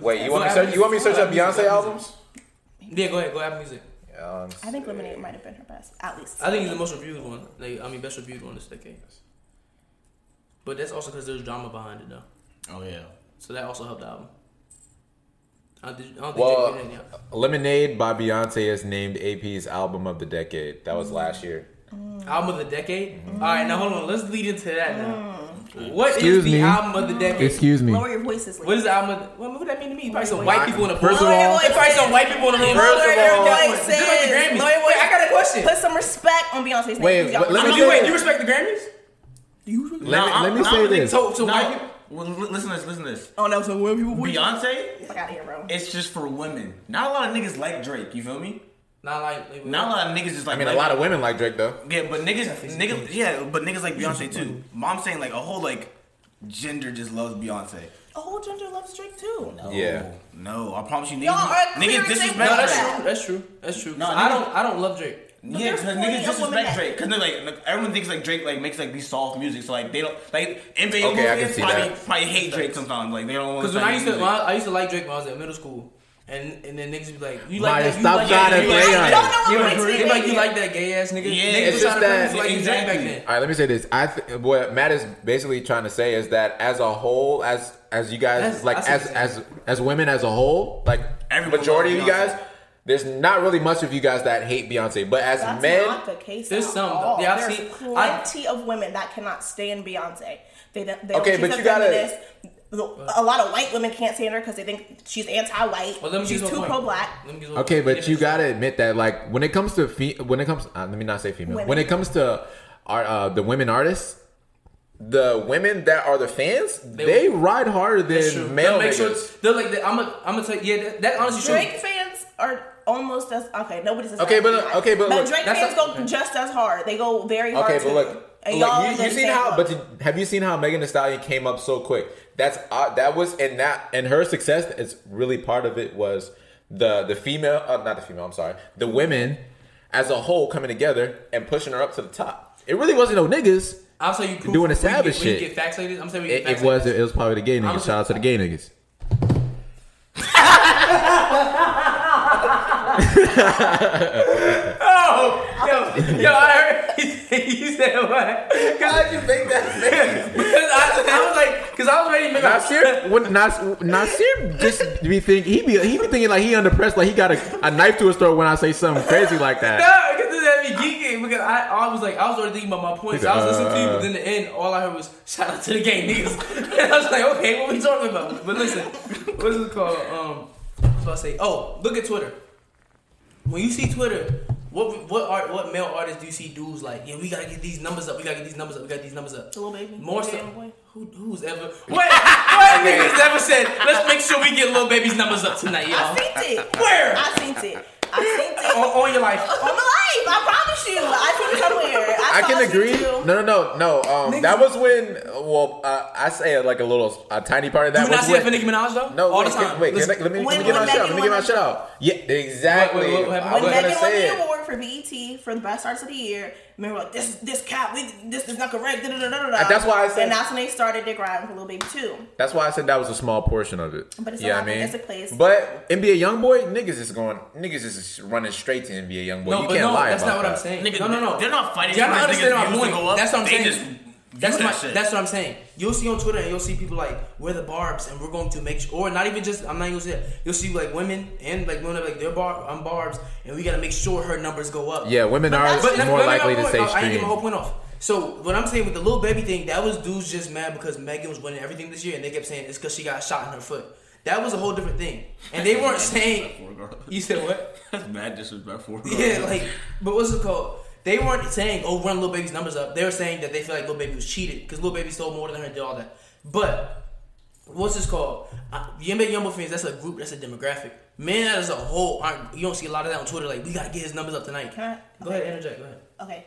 Wait, you want me to search? You want me to search up Beyonce albums? Yeah, go ahead, go ahead, music. Um, I think Lemonade might have been her best, at least. I think it's the most reviewed one. Like, I mean, best reviewed one this decade. But that's also because there's drama behind it, though. Oh yeah. So that also helped the album. I don't think- I don't think Jake Well, did any of it. Lemonade by Beyonce is named AP's album of the decade. That was last year. album of the decade. All right, now hold on. Let's lead into that now. What is Excuse the me. album of the decade? me. Lower your voices. what Lily. is the album? Of the, well, what would that mean to me? Probably some Wait, white wait. people in a First of room. all- Lower your It's probably some voices. white people in a room. First Lower of your all- Just like the voices. Grammys. Lower your Wait, I got a question. Put some respect on Beyonce's name. Wait, 'cause y'all- but let I me mean, do you, it. wait, you respect the Grammys? Let me, let me say this. So, so white people. No, well, li- listen to this. Listen to this. Oh, no, so when people... Beyonce, Fuck out of here, bro. it's just for women. Not a lot of niggas like Drake. You feel me? Not like. Not a lot of niggas just like. I mean, a like- lot of women like Drake though. Yeah, but niggas, niggas, yeah, but niggas like Beyonce too. Mom saying like a whole like gender just loves Beyonce. A whole gender loves Drake, too. No, Yeah. no, I promise you, niggas, Y'all are clear niggas as they disrespect No, want that's that. Drake. true. That's true. That's true. No, I nigga- don't. I don't love Drake. But Yeah, there's because plenty niggas of women disrespect that- Drake. Because like, like everyone thinks like Drake like makes like these soft music, so like they don't like and baby Okay, I can fans see probably, that. probably hate Drake sometimes. Like they don't want Because when I used to, uh, when I, I used to like Drake when I was at middle school, and and then niggas be like, "You like Maya, that? You stop like trying that? to You play like on that? it. You No, no, like no, that? it's They like me. you like that gay ass nigga." Yeah, niggas it's was just trying to prove that- it's like you Drake back exactly. then. All right, let me say this. I th- what Matt is basically trying to say is that as a whole, as as you guys That's- like I see as what you're as as women as a whole, like Everyone majority of loves you guys, Beyonce. there's not really much of you guys that hate Beyonce, but as That's men, not the case There's at some, though. all. Yeah, I've There's seen- I- plenty of women that cannot stand Beyonce. They don't, they Okay, don't but she's you a gotta- feminist. A lot of white women can't stand her because they think she's anti-white. Well, let me she's get to too a point. pro-black. Let me get to a Okay, point. but Finish. you gotta admit that, like, when it comes to fe- when it comes, uh, let me not say female. Women. When it comes to our uh, the women artists, the women that are the fans, they, ride harder That's true. than male They'll make sure. niggas. They're like, I'm gonna, I'm gonna tell you. Yeah, that, that honestly Drake true. fans are almost as okay. Nobody's as Okay, hard but as look- Drake. okay, but look, Drake that's fans a- go just as hard. They go very hard. Okay, too. but look, And Like, y'all you, in the you seen same how? boat. But you- have you seen how Megan Thee Stallion came up so quick? That's uh, that was and that and her success is really part of it was the the female, uh, not the female. I'm sorry, the women as a whole coming together and pushing her up to the top. It really wasn't no niggas. I'll say you proof Doing the when you savage get, when you shit. Get facts like this. I'm saying we get It, facts it like was it was probably the gay niggas. Shout out to the gay niggas. Oh, yo, yo, I heard you said what? Because How'd you make that face? I, I was like, because I was ready to make my Nasir, when Nas, Nasir just be thinking he be he be thinking like he under press, like he got a, a knife to his throat when I say something crazy like that. No, because this had me geeking because I, I was like I was already thinking about my points. I was listening to you, but then the end, all I heard was shout out to the gang niggas. and I was like, okay, what we talking about? But listen, what's it called? Um, I was about to say, oh, look at Twitter. When you see Twitter, what what art what male artists do you see dudes like? Yeah, we gotta get these numbers up. We gotta get these numbers up. We got these numbers up. Lil Baby. More Lil so. Baby Boy. Who, who's ever? What? what niggas ever said? Let's make sure we get little baby's numbers up tonight, Oh. y'all. I seen it. Where? I seen it. I seen it. On, On on your life. my life, I promise you. I seen it somewhere. I, I saw can it agree. too. No, no, no, no. Um, that was when. Well, uh, I say like a little, a tiny part of that. Do you not was see when, that for Nicki Minaj though? No, all wait, the can- time. Wait, can, Listen, I- let me When- let me get my when shout. Megan Let me get my won- shout out. Yeah, What- exactly. what- what happened? I When was When gonna Megan won say the it. award for BET for the best artist of the year, men were like, "This, this cap, we, this is not correct." Da, da, da, da, da. That's why I said- And that's when they started their grind for Lil Baby too. That's why I said that was a small portion of it. But it's yeah, a lot I mean, of- it's a place. But NBA YoungBoy niggas is going. Niggas is running straight to NBA YoungBoy. No, you but can't no, lie that's about not what that. I'm saying. Nigga, no, no, no. They're not fighting. Y'all for not these understanding niggas' my views to point. go up. That's what I'm They saying. just view That's that my. shit. That's what I'm saying. You'll see on Twitter and you'll see people like we're the barbs and we're going to make sure, or not even just. I'm not even gonna say that. You'll see like women and like women are like they're barb. I'm barbs and we gotta make sure her numbers go up. Yeah, women But are that's- But let me- more let me likely get to my say point off. I ain't get my whole stream. point off. So what I'm saying with the little baby thing, that was dudes just mad because Megan was winning everything this year, and they kept saying it's because she got shot in her foot. That was a whole different thing, and they weren't saying. You said what? That's mad disrespectful. Yeah, like, but what's it called? They weren't saying, "Oh, run Lil Baby's numbers up." They were saying that they feel like Lil Baby was cheated because Lil Baby stole more than her and did all that. But what's this called? Uh, Young Baby Yumbo fans. That's a group. That's a demographic. Men as a whole aren't. You don't see a lot of that on Twitter. Like, we gotta get his numbers up tonight. Can I- Go ahead, interject. Go ahead. Okay,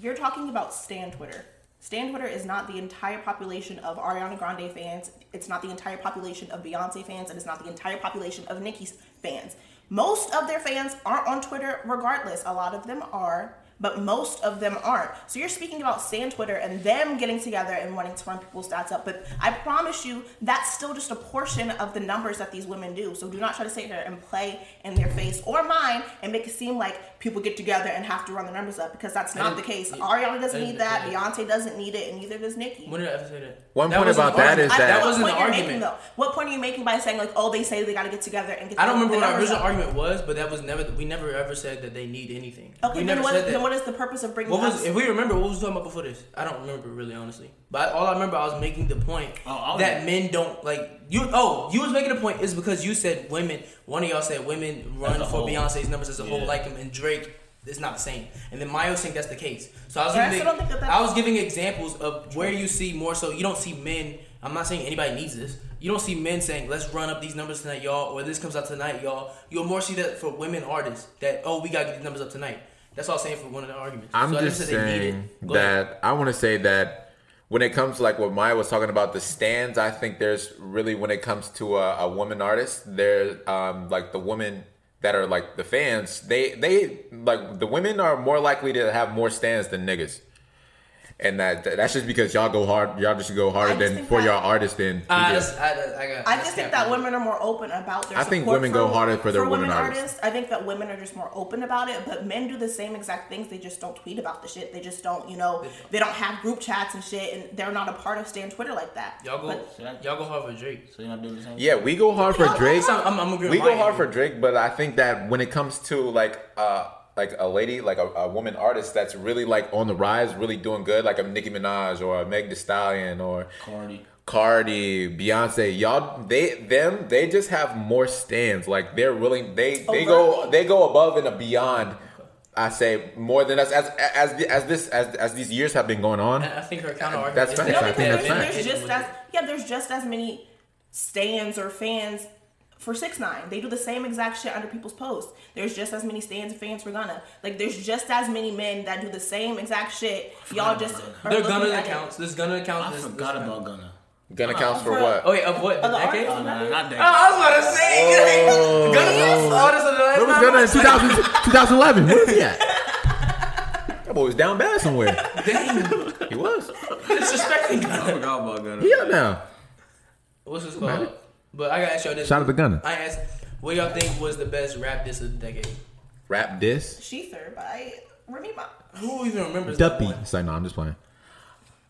you're talking about Stan Twitter. Stan Twitter is not the entire population of Ariana Grande fans. It's not the entire population of Beyonce fans, and it's not the entire population of Nicki's fans. Most of their fans aren't on Twitter, regardless. A lot of them are, but most of them aren't. So you're speaking about Stan Twitter and them getting together and wanting to run people's stats up. But I promise you, that's still just a portion of the numbers that these women do. So do not try to sit here and play in their face or mine and make it seem like people get together and have to run the numbers up because that's not the didn't- case. yeah. Ariana doesn't I didn't- need that. I Beyonce doesn't need it, and neither does Nicki. When did I ever say that? One That point wasn't about the that argument. is I- that- that what wasn't the point you're making, argument. though. What point are you making by saying like, oh, they say they got to get together and get? I don't remember the what our numbers original up? argument was, but that was never. We never ever said that they need anything. Okay, we then never what, said that. then what is the purpose of bringing? What was up? if we remember what was we talking about before this? I don't remember really honestly. But all I remember I was making the point Oh, I was- that men don't like you oh, you was making the point is because you said women one of y'all said women run As a for whole. Beyonce's numbers as a whole Yeah. like him and Drake is not the same. And then Miles think that's the case. So I was And I giving, still don't think that that's- I was giving examples of where you see more so you don't see men I'm not saying anybody needs this. You don't see men saying, "Let's run up these numbers tonight, y'all," or "This comes out tonight, y'all." You'll more see that for women artists that, "Oh, we gotta get these numbers up tonight." That's all I'm saying for one of the arguments. I'm So I never just said they need saying it. Go ahead. that I want to say that when it comes to like what Maya was talking about the stands, I think there's really when it comes to a, a woman artist, there um, like the women that are like the fans, they they like the women are more likely to have more stands than niggas. And that that's just because y'all go hard, y'all just go harder I just than think for that- y'all artists than we I, do. just, Uh, I, I, got, I just think that women are more open about their. I think support women for- go harder for their women artists. I think that women are just more open about it, but men do the same exact things. They just don't tweet about the shit. They just don't, you know, they don't have group chats and shit, and they're not a part of Stan Twitter like that. y'all go, But y'all go hard for Drake. So you're not doing the same. Yeah, we go hard for No, Drake. I'm, I'm, I'm agreeing. we with go Maya. hard for Drake, but I think that when it comes to like uh like a lady, like a, a woman artist that's really like on the rise, really doing good, like a Nicki Minaj or a Meg Thee Stallion or Cardi. Cardi, Beyonce, y'all, they them, they just have more stands. Like they're really they they go Overtly. they go above and beyond. I say more than us as as as this as as these years have been going on. And I think her counter argument. That's facts. No, I because think that's there's, fine. there's just as yeah, there's just as many stands or fans for six nine. They do the same exact shit under people's posts. There's just as many stands and fans for Ghana. Like there's just as many men that do the same exact shit. Y'all just are They're looking Gunner at it. accounts. There's Gunner accounts. I There's, forgot about Gunna. Gun accounts for for- what? oh wait, of what? The Other decade? artists? Oh, No, no, no, not that. I was about to say. Oh. Gunner's artists of the last Where was nine Gunna in months. 2000, 2011? Where was he at? That boy was down bad somewhere. He was. Disrespecting Gunner. I forgot about Gunna. He up now. What's this called? But I gotta ask y'all this. Shout out to Gunna. I asked, what y'all think was the best rap diss of the decade? Rap this. Sheether by Remy Ma. Who even remembers that Duppy. one? It's like, no, I'm just playing.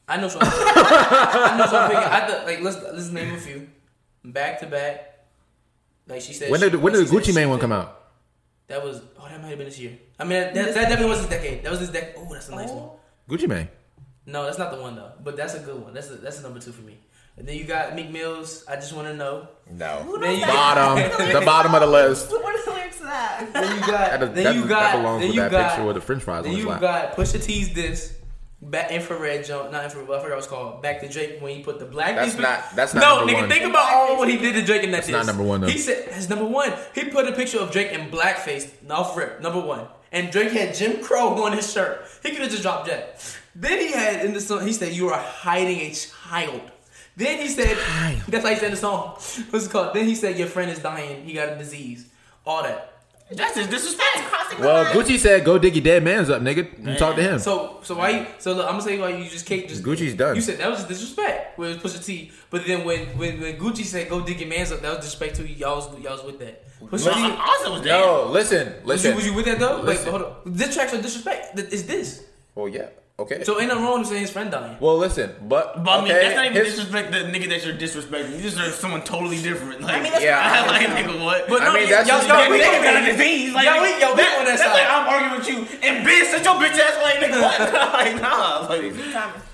I know something. I know something. I th- like let's let's name a few. Back to back. Like she said. When she- did, when she did the said Gucci she Mane one said- come out? That was oh that might have been this year. I mean that, that, that definitely was this decade. That was this decade. Oh that's a nice one. Oh. Gucci Mane. No that's not the one though. But that's a good one. That's a, that's a number two for me. And then you got Meek Mills. I just want to know. No. Who Then knows you- that? Bottom. the bottom of the list. What is the lyrics to that? Then you got. That, that, then you that got. belongs then with you that got. picture with the french fries on then his you lap. got Pusha T's this. Back infrared jump, not infrared. I forgot what it's called. Back to Drake when he put the black. That's piece- not- that's not No, number nigga, one. think about all what he did to Drake in that. That's not number one, though. He said that's number one. He put a picture of Drake in blackface. Off rip, number one. And Drake had Jim Crow on his shirt. He could have just dropped that. Then he had in the song. He said, "You are hiding a child." Then he said, "That's how he said in the song." What's it called? Then he said, "Your friend is dying. He got a disease." All that. That's just disrespect. That's crossing the Well, line. Gucci said, "Go dig your dead man's up, nigga, and talk to him." So so why you so look, I'm gonna tell you why you just can't just Gucci's done. You said that was disrespect with Pusha T, but then when when, when Gucci said go dig your man's up, that was disrespect to you. y'all. Was, y'all was with that. Pusha T, was Also was dead. no, listen, you, listen. was you with that though? Listen. Like hold on, this track's a disrespect. Th- It's this. Well, yeah, okay. So ain't nothing wrong with saying his friend dying. well, listen, but, But I mean, okay, that's not even his- disrespect the nigga that you're disrespecting. You deserve someone totally different. Like, I mean, that's Yeah. like, nigga, what? But I no, mean, that's y'all, just- y'all, Yeah, That weak nigga on got a that. disease. Like, Y'all weak- y'all weak on that That's side. like I'm arguing with you. And bitch, that's your bitch ass like, nigga, what? like, nah. Like, Thomas.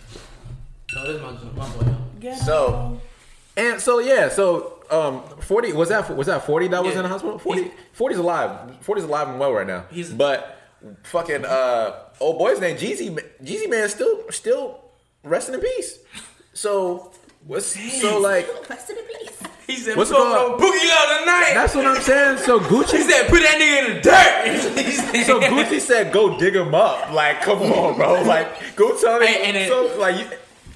No, this is my, my boy. Though. Get So- and so yeah, so um, forty was that was that forty that was Yeah. in the hospital? He's- 40, 40's alive. 40's alive and well right now. He's- but fucking uh, old boy's name Jeezy Jeezy man still still resting in peace. So what's so like Rest in peace. He said What's What's it go called? boogie out tonight. that's what I'm saying. So He Gucci. said put that nigga in the dirt. He said- So Gucci said, "Go dig him up." Like, come on, bro. Like, go tell him. And- and it- so, like, you,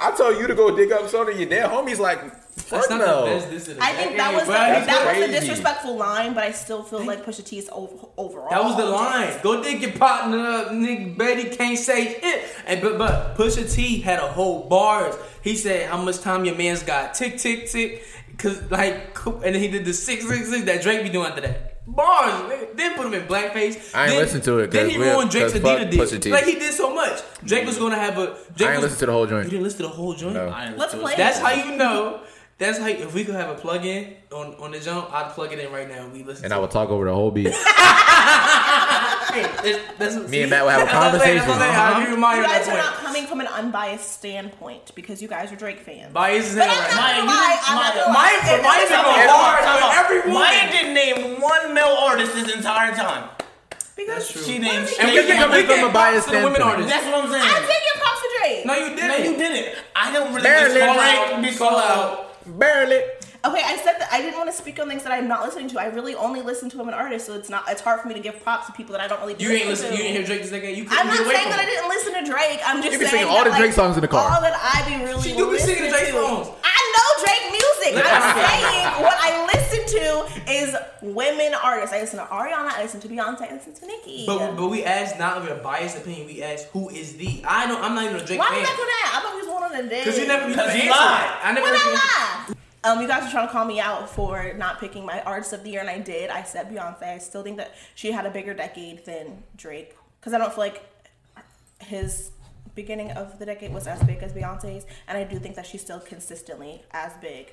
I tell you to go dig up something. Your dead homie's like, "Fuck That's not no." the best diss of the I think decade, that was the, bro. that's that was a crazy. disrespectful line, but I still feel like Pusha T is over, overall. That was the line. Oh, Go dig your partner up, nigga. Betty can't say it. And but but Pusha T had a whole bars. He said how much time your man's got. Tick tick tick. Cause like, cool. and then he did the six six six that Drake be doing after that. Bars. nigga. Then put him in blackface. I ain't Then- listen to it, Then 'cause he we- ruined Drake's 'cause fuck Adidas deal. Pusha T. Like he did so much. Drake was gonna have a. Drake I ain't was, listen to the whole You joint. didn't listen to the whole joint. No. Let's play That's how you know. That's how if we could have a plug in on on the jump, I'd plug it in right now. and We listen. And to I it. would talk over the whole beat. That's- that's- Me and Matt will have a That's what I'm saying, conversation. that's what I'm saying. I Uh-huh. agree with Maya You on that guys are point. not coming from an unbiased standpoint because you guys are Drake fans. Bias is But I'm not right. Maya, gonna you- lie. I'm not Maya- gonna Maya- lie. Maya It's been not going gonna hard. lie. on every woman. Maya didn't name one male artist this entire time. Because true. She named. And we Shady can coming we from can a biased to the women standpoint. artists. That's what I'm I'm saying. taking props for Drake. No, you didn't. No, you didn't. I don't really Barely. dislike Call out. this Call song. out. Barely. Okay, I said that I didn't want to speak on things that I'm not listening to. I really only listen to women artists, so it's not. It's hard for me to give props to people that I don't really. You ain't listen. You didn't hear Drake this decade. You couldn't I'm get not away saying from that I it. didn't listen to Drake. I'm just You be saying singing all that, the Drake like, songs in the car. All that I be really She do be singing listening Drake to- songs. I know Drake music. I'm Yeah. saying what I listen to is women artists. I listen to Ariana. I listen to Beyonce. I listen to Nicki. But but we asked not of your biased opinion. We asked who is the. I know I'm not even a Drake why fan. did I put that? I thought we was going on a date. Because you never. Because you he never lied. answered. I never. When heard you answer. I lie. Um, you guys were trying to call me out for not picking my artist of the year, and I did. I said Beyonce. I still think that she had a bigger decade than Drake because I don't feel like his beginning of the decade was as big as Beyonce's, and I do think that she's still consistently as big.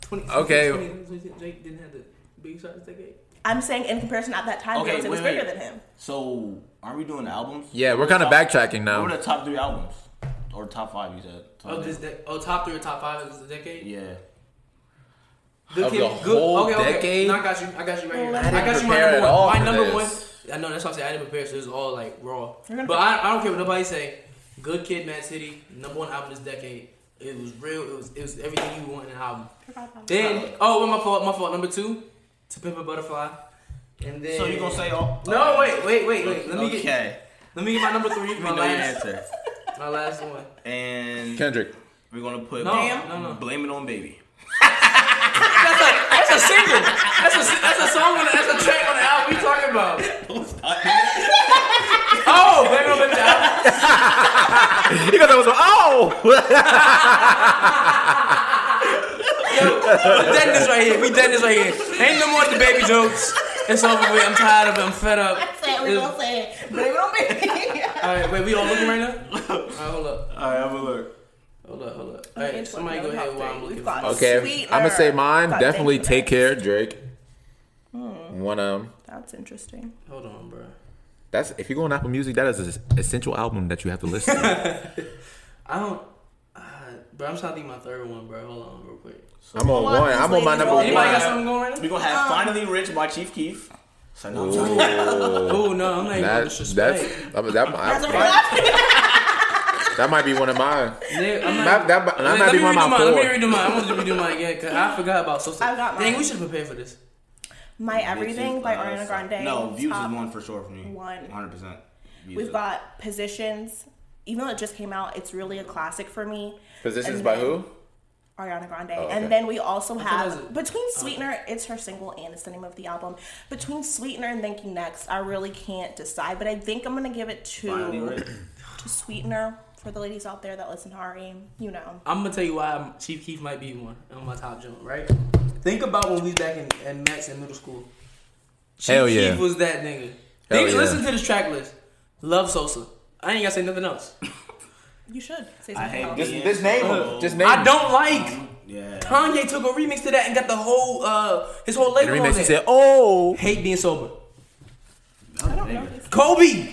20 Okay. 20 Drake didn't have the big size decade. I'm saying in comparison at that time, Okay, Beyonce was wait, wait. bigger than him. So, are we doing albums? Yeah, we're kind of backtracking What now. were the top three albums? Or top five, you said? Top Oh, three. this de- oh top three or top five is the decade. Yeah. Good Of kid, the good. whole okay, okay. decade? No, I got you. I got you right here. I I, didn't got you my prepare number at all one. My for number this. one. I know that's what I'm saying. I didn't prepare, so it's all like raw. You're gonna But I, I don't care what nobody say. Good Kid, Mad City, number one album this decade. It was real. It was it was everything you want in an album. Then oh, well, my fault. My fault. Number two, to Pimp a Butterfly, and then. So you gonna say all? No, wait, wait, wait, wait. Let me okay. get let me get my number three. We My know your last, answer. my last one. And Kendrick. we're gonna put No, blame, no, no. blame it on baby. That's a that's a single. That's a that's a song. On the, that's a track on the album. We talking about? Oh, baby, on the album. He got that was oh. We dead this right here. We dead this right here. Ain't no more the baby jokes. It's over with. I'm tired of it. I'm fed up. I said we gonna say it, but it don't be. All right, wait. We all looking right now. All right, hold up. All right, have a look. Hold up, hold up. All right, somebody go ahead while I'm looking. for We've got mine. Okay, Sweeter. I'm gonna say mine. Got Definitely things take for care, Drake. One um. That's interesting. Hold on, bro. That's if you go on Apple Music, that is an essential album that you have to listen. to. I don't. Uh, bro, I'm trying to think my third one, bro. Hold on, real quick. I'm on Well, one. I'm on my ladies, number well, Anybody one. got something going right We're gonna have finally rich by Chief Keef. So now I'm talking. Ooh. now? Oh no, I'm not even gonna That, that's disrespect. I mean, that, That's might, what we got. that might be one of mine. Yeah, I'm That, not. that, that Let, might let be me one redo of my mine. Let me four. redo mine. I want to redo mine again because I forgot about social. I got Dang, mine. we should prepare for this. My Everything by Ariana Grande. No, views Top. is one for sure for me. one. 100. percent We've got Positions. Even though it just came out, it's really a classic for me. Positions And by then who? Ariana Grande. Oh, okay. And then we also that was- have Between Sweetener, it's her single and it's the name of the album. Between Sweetener and Thank You Next, I really can't decide, but I think I'm gonna give it Finally to, rich. to Sweetener for the ladies out there that listen to our aim. You know. I'm gonna tell you why Chief Keef might be one on my top jump. Right? Think about when we was back in, in Max in middle school. Chief Hell yeah. Keef was that nigga. Hell Think- yeah. Listen to this track list. Love Sosa. I ain't gotta say nothing else. You should say something I hate else. this. Just name them. Just name Uh, I them. don't like. Yeah. Kanye took a remix to that and got the whole uh his whole label on Remix. He it. said, "Oh, Hate being sober. I don't know. this. Kobe,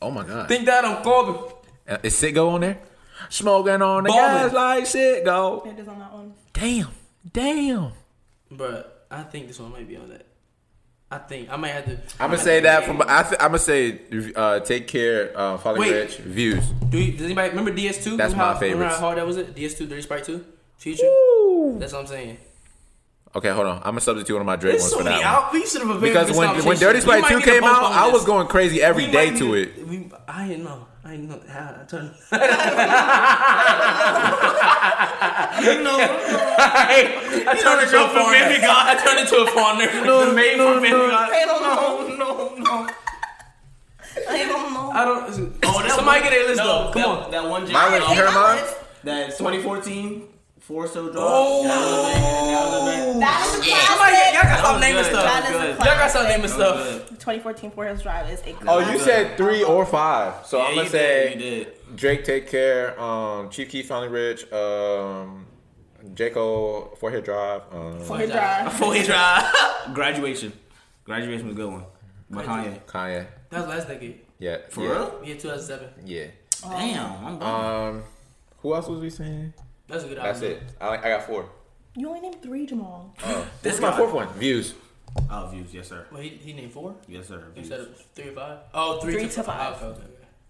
oh my God." think that I'm Kobe. Uh, Is Sitgo on there? Smoking on the Ballin'. guys like Sitgo. It is on that one. Damn, damn. Bruh, I think this one might be on that. I think I might have to. I'm gonna say that from. I th- I'm gonna say, uh, take care, uh, Folly Wait. Rich views. Do you, does anybody remember DS2? That's Remember my how- Remember favorites. how hard that was? It DS2, Dirty Sprite 2, Future. That's what I'm saying. Okay, hold on. I'm gonna substitute one of my Drake It's ones so for many that one. out. We should have because when when Dirty Sprite Two came out, I was going crazy every day to it. We, I didn't know. I didn't know how I turned. You know, I, turned into a foreigner. I turned into a foreigner. the main for Baby God. I don't know. No, no, no. I don't know. I don't. Oh, that somebody one- get a list no, though. Come that, on. That one My jam. list, Hey, her that mine. was- That 2014 Four Soul Drive. Oh. That was a Somebody, classic. y'all got stop naming good. stuff. That is a Y'all Y'all got classic. stop naming stuff. 2014 Four Hills Drive is a classic. Oh, you said three or five. So Yeah, I'm you gonna did, say you did. Drake take care. Um, Chief Keef finally rich. Um, J Cole four hit drive. Um, Four Hills Drive. Fully Drive. Graduation. Graduation was a good one. By Kanye. Kanye. That was last decade. Yeah. For yeah, real? Yeah, 2007. Yeah. Oh. Damn. I'm bummed. Um, who else was we saying? That's a good album. Um, That's it. I I got four. You only named three, Jamal. Oh, this is guy. my fourth one. Views. Oh, views. Yes, sir. Well, he, he named four Yes, sir. Views. instead of three or five. Oh, three, Three to, to five. five. Okay.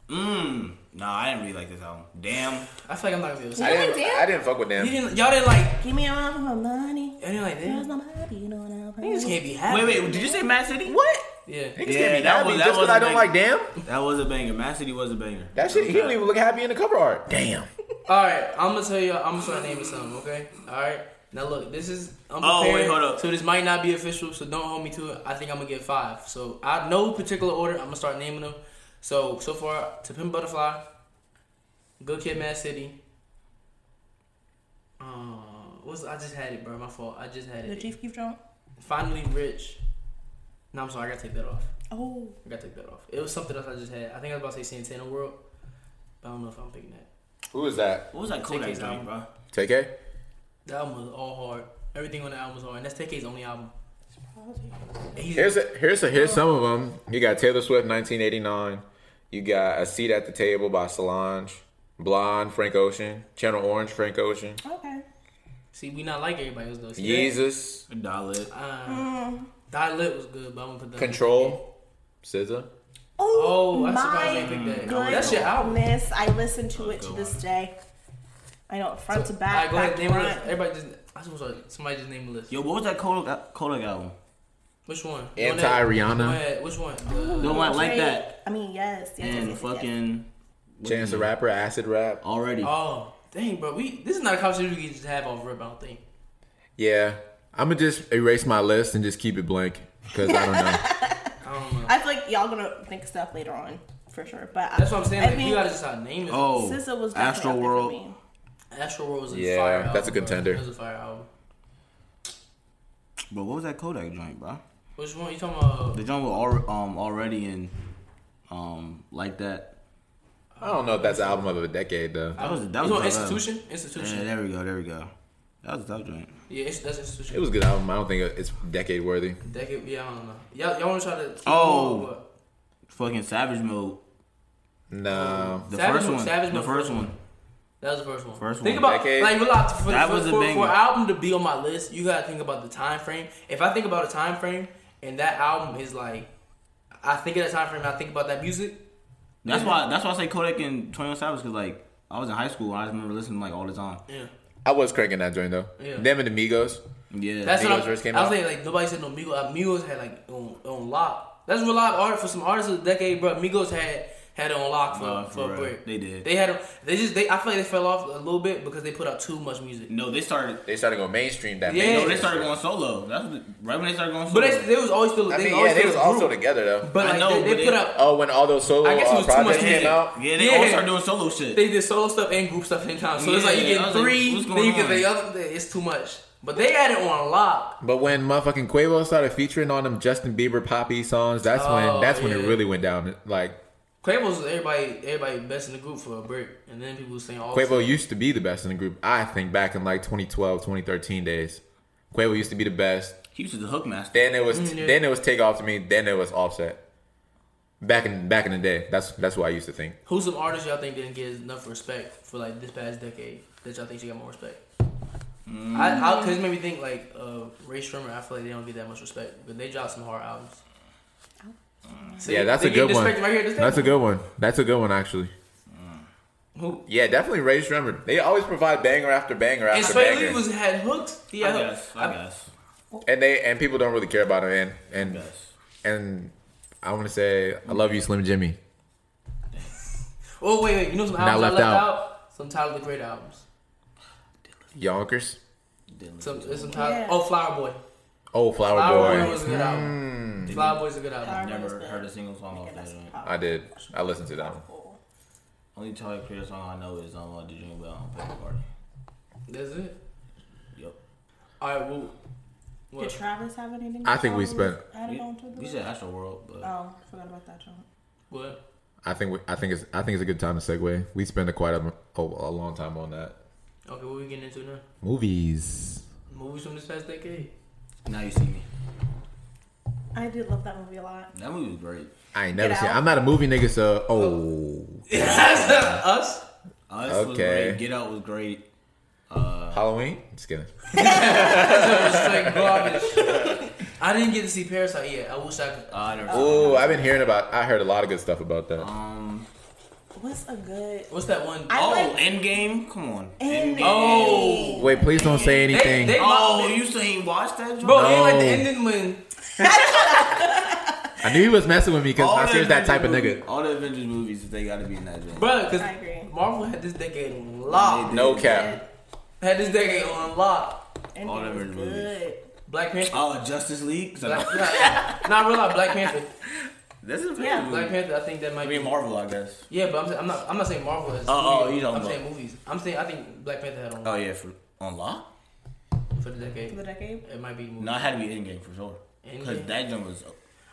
Mmm. Nah, I didn't really like this album. Damn. I feel like I'm not gonna be able to I say. Yeah. didn't. damn. I didn't fuck with You them. didn't, y'all didn't like. Give me all my money. Y'all didn't like Cause that. I'm happy, you know what I'm Niggas happy. can't be happy. Wait, wait. Did you say Mad City? What? Yeah. Niggas Yeah, can't be that happy was- that just was because I a don't big- like damn. That was a banger. Mad City was a banger. That shit. He don't even look happy in the cover art. Damn. All right. I'm gonna tell y'all. I'm gonna start naming something. Okay. All right. Now look. This is. I'm Oh, wait, prepared, hold up. So this might not be official. So don't hold me to it. I think I'm gonna get five. So I no particular order. I'm gonna start naming them. So so far, to Pimp Butterfly, Good Kid, Mad City. Uh, what's I just had it, bro. My fault. I just had The it. Chief Keef drunk. Finally rich. No, I'm sorry. I gotta take that off. Oh, I gotta take that off. It was something else I just had. I think I was about to say Santana World, but I don't know if I'm picking that. Who is that? What was that Kodak Kodak album, album. bro? Take care. The album was all hard. Everything on the album was hard. And that's TK's only album. And He's, Here's a, here's a, here's some of them. You got Taylor Swift, 1989. You got A Seat at the Table by Solange. Blonde, Frank Ocean. Channel Orange, Frank Ocean. okay. see, we not like everybody else though. See, Jesus. Dollar. Uh, Mm. Die Lit was good, but I'm gonna put that. Control. SZA. Oh, Oh, I'm surprised my they picked that. Oh, goodness. That's your album. I listen to it to this day. I know, front to All right, back, go ahead. back to Name a list. front. Everybody just. I'm sorry. Somebody just name a list. Yo, what was that Kodak, Kodak album? Which one? Anti Go Rihanna, ahead. Which one? The- No, I like Drake. that. I mean, Mm, yes, yes, yes, And yes, yes. fucking Chance the Rapper, Acid Rap. already. oh, dang, bro. We this is not a conversation we can just have off rip. I don't think. Yeah, I'm gonna just erase my list and just keep it blank because I don't know. I don't know. I feel like y'all gonna think stuff later on for sure. But That's what I'm saying. I Like, mean, you gotta just not name it. Oh, SZA was definitely Astro up there for World. me. Astro World was a Yeah, fire album. that's a bro. contender. That was a fire album. But what was that Kodak joint, bro? Which one you talking about? The joint was al- um, already in um, like that. I don't know if that's the album of the decade though. That was that You was talking a about dope album. Institution? Yeah, Institution. Yeah, there we go, there we go. That was a dope joint. it's, that's Institution. It was a good album. I don't think it's decade worthy. That could, yeah, I don't know. Y'all, y'all want to try to? keep Oh. going, but- Fucking Savage Mode. No, The Savage first Mode- one. Savage the Mode first first one. that was the first one. First think one. about Decade. like relax for, That for, was a for, for banger. an album to be on my list. You gotta think about the time frame. If I think about a time frame and that album is like, I think of that time frame. and I think about that music. That's why that's why I say Kodak and Twenty One Savage because like I was in high school and I just remember listening like all the time. Yeah, I was cranking that joint though. Yeah. Them and Amigos. Yeah, that's what Migos I'm, first came I was out. saying. Like nobody said no Migos. Migos had like on, on lock. That's real live art for some artists of the decade, bro. Migos had had it on lock for, Nah, for for a real. break. They did. They had. They just. They. I feel like they fell off a little bit because they put out too much music. no, they started. They started going mainstream that. Yeah. No, mainstream they shit. started going solo. That's what, right when they started going solo. But they, they was always still. I They mean, always yeah, they still was a also group. together though. But I like, know, they, but they they- put out. Oh, when all those solo I guess it uh, was too much projects music. came out. yeah, they Yeah. all started doing solo shit. They did solo stuff and group stuff at the same time. So it's like you Yeah, I get was like, three, what's then you going get the on? other. It's too much. But they had it on lock. But when motherfucking Quavo started featuring on them Justin Bieber poppy songs, that's Oh, when that's when yeah. it really went down. Like Quavo was everybody, everybody best in the group for a break, and then people was saying oh, all. Quavo used to be the best in the group. I think back in like 2012, 2013 days, Quavo used to be the best. he was the hook master. Then it was Mm, yeah. then it was Take Off to me. Then it was Offset. Back in back in the day, that's that's what I used to think. Who's some artists y'all think didn't get enough respect for like this past decade that y'all think she got more respect? I, I cause it made me think like uh, Ray Shrimmer. I feel like they don't get that much respect, but they dropped some hard albums. See, Yeah, that's they a get good one. disrespected Right here, this That's a decade. good one. That's a good one actually. Who? Yeah, definitely Ray Shremmer. They always provide banger after banger And after Spike Lee banger, was had hooks. Yeah, I guess. I, guess. and they and people don't really care about him. And I and guess. and I want to say I love you, Slim Jimmy. Oh wait, wait. You know some Not albums left I left out. out? Some Tyler the Great albums. Yonkers. Some it's some Tyler. Yeah. Oh, Flower Boy. Oh, Flower, Flower Boy Boy. Mm. was a good album. Flower Boy's a good album. Flower- Never heard a single song off that That's joint. Oh, I did. I listened to that one. powerful. Only Tyler Creator song I know is um, uh, "The Dream Bell" on Paper Party. That's it. Yep. All right, well, Did what? Travis have anything? I think we spent- Added on to We, we the said Astro World, but Oh, forgot about that joint. What? I think we, I think it's I think it's a good time to segue. We spent a quite a, a, a long time on that. Okay, what we getting into now? Movies. Movies from this past decade. now you see me. I did love that movie a lot. That movie was great. I ain't never Get seen. Out. I'm not a movie nigga, so oh. Us. Us was Okay. great. Get Out was great. Uh, Halloween. Just kidding. Straight garbage. I didn't get to see Parasite yet. I wish I could. Uh, I never saw Oh, I've been hearing about. I heard a lot of good stuff about that. it. Um. What's a good What's that one? I oh, like- Endgame. Come on. ending? Oh. Wait, please don't say anything. they- Oh, you still ain't watched that? Joint? Bro, they like the No. ending when I knew he was messing with me because All I the see that Avengers type of movie- nigga. All the Avengers movies, they gotta be in that joint. bro, because I agree. Marvel had this decade on lock. No Yeah. cap. Had this decade on lock. Ending All them was movies. good. Black Panther. Oh, Justice League. 'Cause I Black, know- not, not real life Black Panther. This is a Yeah. favorite Black movie. Panther. I think that might I be. mean Marvel, I guess. Yeah, but I'm, sa- I'm not. I'm not saying Marvel. As Oh, studio. oh, you talking I'm about- saying movies. I'm saying I think Black Panther had on Oh yeah, for on lock. for the decade. For the decade. It might be. Movies. No, it had to be Endgame for sure. Because Endgame? that joint was.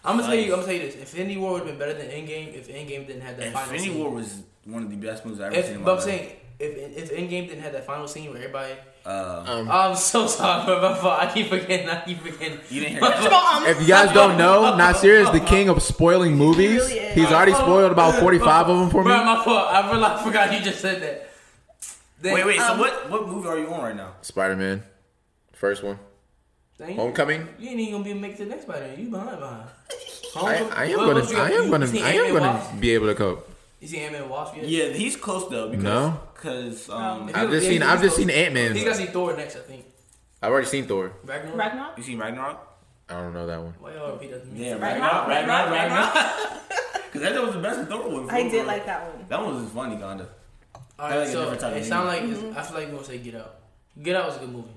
I'm gonna tell you. I'm gonna tell you this. Infinity War would have been better than Endgame if Endgame didn't have that final Infinity scene. War was one of the best movies I ever seen. If, In my but I'm life. saying if if Endgame didn't have that final scene where everybody. Uh, Um, I'm so sorry, bro. My fault. I keep forgetting. I keep forgetting. you didn't hear My that. fault. If you guys don't know, Nasir is the king of spoiling movies. really is. He's already spoiled about 45 of them for Bro, me. my fault. I realized. Forgot you just said that. Then- um, Wait, wait. so what? What movie are you on right now? Spider Man, first one. Dang. Homecoming. You ain't even gonna be able to make it to the next by then. You behind behind. I, Homecoming- I am What- gonna what you I got- am you gonna seen I am Ant-Man gonna Wasp? be able to cope. You seen Ant Man Wasp yet? Yeah, he's close though. Because, No. Because um, I've just seen- I've just seen Ant-Man. He's gotta see Thor next, I think. I've already seen Thor. Ragnarok. Ragnarok? you seen Ragnarok? I don't know that one. Why y'all repeat that to me? Yeah, Right right now, now, right right now, right now. now. Because that was the best and thorough one. I did like that one. That one was just funny, kinda. All I right, like a so different type it of sound like it's- I feel like we gonna say Get Out. Get Out was a good movie.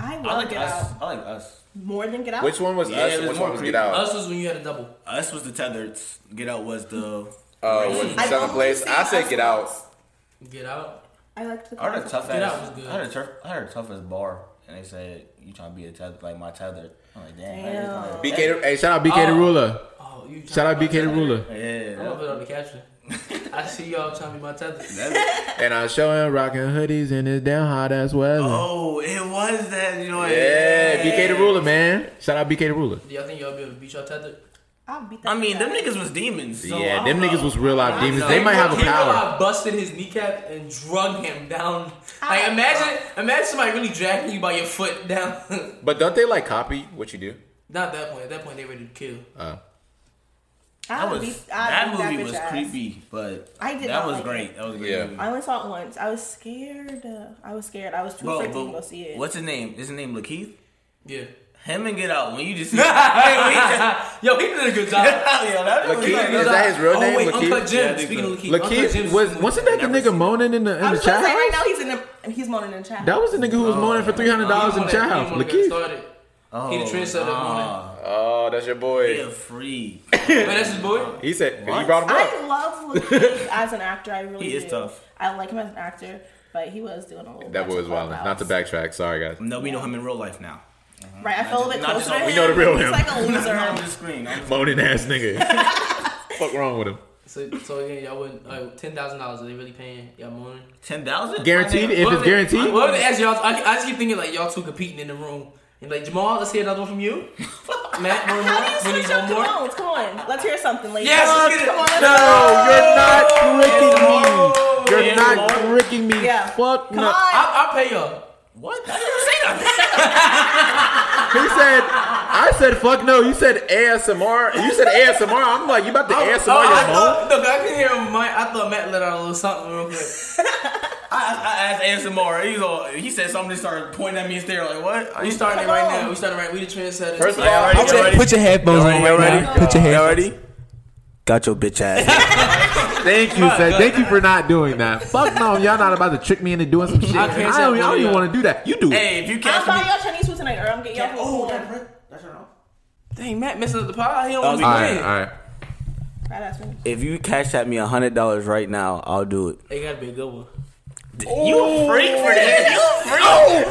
I love I like Get us. Out I like us. more than Get Out. Which one was Yeah, us? it and was which more one was creepy. Get Out? Us was when you had a double. Us was the tethered. Get out was the. Uh, was I've seventh only place. seen I said Us Get Out. once. Get Out. I liked the. I heard a tough Get Out ass. was good. I heard a tough. I heard a toughest bar, and they said you trying to be a tether like my tether. I'm like, damn. how you Damn. gonna- BK, the- hey, shout out BK the Oh. Ruler. Oh, you. Shout out BK the Ruler. Ruler. Yeah. I'm gonna put up the caption. I see y'all trying to be my tether. that- And I show him rocking hoodies in his damn hot ass weather. oh, it was that. You know. Yeah, BK the Ruler, man. Shout out BK the Ruler. Do y'all think y'all be able to beat y'all tether? I'll beat that. I mean, them shit up. niggas was demons. So yeah, I them don't niggas know. was real life demons. They know. might have a He power. realized busted his kneecap and drug him down. I- Like imagine, imagine somebody really dragging you by your foot down. But don't they like copy what you do? Not at that point. At that point, they ready to kill. Uh, I That would was beat- I'd that beat movie bitch was ass. creepy, but I did that not was like great. it. That was a great. Yeah. movie. I only saw it once. I was scared. uh, I was scared. I was too Bro, afraid to even go but see it. what's his name? Is his name Lakeith? Yeah. Him and Get Out. When you just see, hey, when you just- Yo, he did a good job. yeah, that was Lakeith, like- is that his real oh name, wait, Lakeith? Uncle Yeah, I Jim. think Speaking so. of Lakeith, Uncle Jim's Lakeith was movie. wasn't that the Never nigga seen it. moaning in the in I the was gonna child say right house? now he's in the he's moaning in the chat. That was the nigga who was moaning for three hundred dollars He in wanna- child he house. wanna get Lakeith. started. He the trendsetter nah. Oh, that's your He boy. a freak. But that's his boy. He said he What? brought him up. I love Lakeith as an actor. I really He is do. tough. I like him as an actor, but he was doing a little. That much boy was wild. about Not to backtrack. Sorry, guys. No, we know him in real life now. that. Right, I felt a bit Not just- closer. to we him. know the real He's him. like a Not on the loser. screen. on the- Moaning ass nigga. Fuck wrong with him? So, so again, y'all wouldn't like ten thousand dollars. Are they really paying y'all money? Ten thousand Guaranteed. If What it's they- guaranteed. What if they ask y'all? I, I just keep thinking like y'all two competing in the room. And like Jamal, let's hear another one from you. Matt, one more. How do you Vinny, switch up colognes? Come on, let's hear something, ladies. Yes, Come on, let's get it. come on, let's No, go. Oh, you're not tricking me. You're Yeah, not Lord. tricking me. Yeah. Fuck Come no. on. I, I'll pay y'all. What? I didn't say that. He said, I said fuck no. You said ASMR. You said ASMR. I'm like, you about to ASMR Oh, I your mom? thought, look, I can hear my. I thought Matt let out a little something real quick. I, I asked ASMR. He's all, he said something. He started pointing at me and staring like, "What?" Are We you starting it Come right on. now. We starting right. We the trendsetters. First of Y'all all, ready? Y'all ready? your headphones Y'all ready? Put your Y'all ready? Got your bitch ass. thank you, said thank you for not doing that. Fuck no, y'all not about to trick me into doing some shit. I, I can't say don't, I one don't of even y'all. want to do that. You do. it. hey, if you I'm catch buying me, y'all Chinese food tonight, or I'm getting y'all food. oh, Hold on. that's her off. Dang, Matt messing up the pod. He don't Oh, want to we- all right, win. all right. Badass food. If you cash at me a hundred dollars right now, I'll do it. It gotta be a good one. You a freak for that?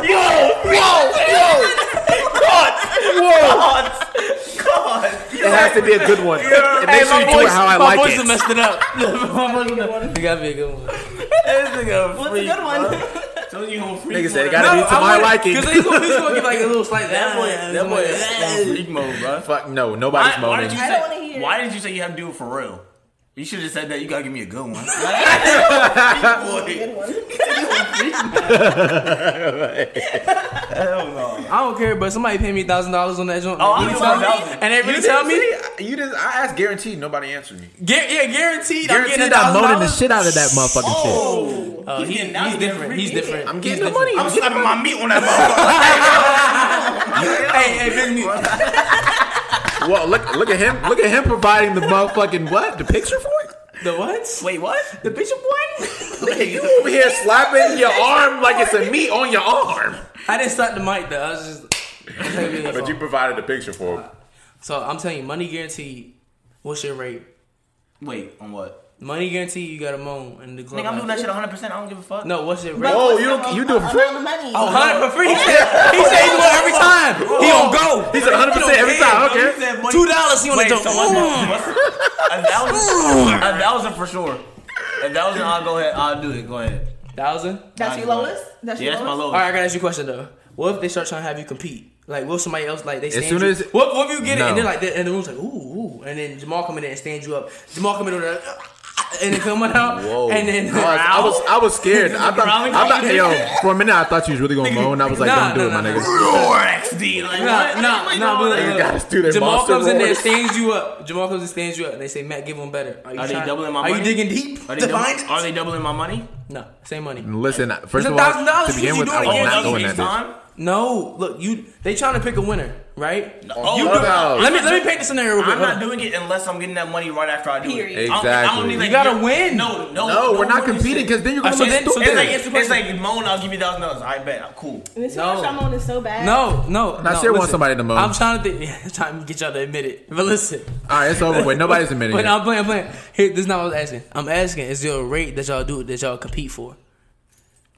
You a freak? Oh, Whoa! It has to be a good one. And make sure you do it how I my like voice is it. messing up. my voice Good one. It gotta be a good one. This nigga a What's a freak, good one? bro. So you gonna freak? Nigga for said it that? gotta be to my liking. Because he's gonna, he's gonna give like a little slight. That boy, that boy is Yeah. on freak mode, bro. Fuck no, nobody's Why- why moaning. did you I say- don't wanna hear it. Why did you say you have to do it for real? You should have said that. You gotta give me a good one. Good one. Hell no. I don't care, but somebody pay me thousand dollars on that joint. Oh, and I'm they doing tell me- $1,000. and they really You tell didn't me, say- You just I asked guaranteed. Nobody answered me. Guar- yeah, guaranteed, I'm getting Guaranteed, I'm thousand moaning the dollars. shit out of that motherfucking shit. Oh, He's, getting- now he's different. getting He's free. different. I'm He's getting the different. money. I'm slapping my meat on that motherfucker. Hey, hey, big me. Well, look, look at him. Look at him providing the motherfucking what? The picture for it? The what? Wait, what? The picture boy? Nigga, you over here slapping your arm like it's a meat on your arm. I didn't start the mic though. I was just. I'm taking it But you off. provided the picture for him. so I'm telling you, money guaranteed. What's your rate? Wait, on what? Money guaranteed. You got a moan in the club. Nigga, I'm doing that shit 100. percent I don't give a fuck. No, what's your rate? But Oh, what's you the don't- you mo- do it for amount free? of money? Oh, hundred for free. He said he said he's going every time. He don't go. He said 100% every time. You Okay. said money- Two dollars. He on the Wait, so joke. what's that? What's a thousand? A thousand for sure. A thousand. I'll go ahead. I'll do it. Go ahead. Thousand. That's your Nine. lowest. That's Yeah, your that's my Mm. lowest. All right, I lowest. gotta ask you a question though. What if they start trying to have you compete? Like, what if somebody else like they stand soon you? as- what, what if you get it No. and they're like, and the room's like, ooh, ooh, and then Jamal come in there and stand you up. Jamal come in over there, and then come on out, Whoa. and then I, was, I was I was scared. I thought Growling? I thought yo for a minute I thought you was really gonna moan. I was like, Nah, don't do nah, it, my nah. nigga. Roar XD. Like Nah, what? nah, Like, nah, no, but look, like- You look. gotta do that Jamal monster comes in there, roars. stands you up. Jamal comes and stands you up, and they say, "Matt, give him better." Are you, Are they trying- doubling my Are money? you digging deep Are to they, find it? double, are they doubling my money? No, same money. Listen, It's first of all, $1,000 to begin you with, do it I was again. not Oh, doing that. bitch. No, look, you they trying to pick a winner, right? Oh, you do- Clubhouse. let me let me paint the scenario real quick. I'm Hold not on. doing it unless I'm getting that money right after I do Period. it. I don't- I don't Exactly. need, like, You gotta your- win. No, No, no, no we're not winning competing shit. because then you're Uh, going so to be then- so stupid. then It's like Yeah. it's, it's like Moan, I'll give you thousand dollars. I bet. I'm cool. This is No. why Shyamalan is so bad. No, no. I no, still want listen. somebody to moan. I'm trying to think. Yeah, trying to get y'all to admit it. But listen. All right, it's over with. Nobody's admitting But it. I'm playing, I'm playing. Here, this is not what I was asking. I'm asking, is there a rate that y'all do that y'all compete for?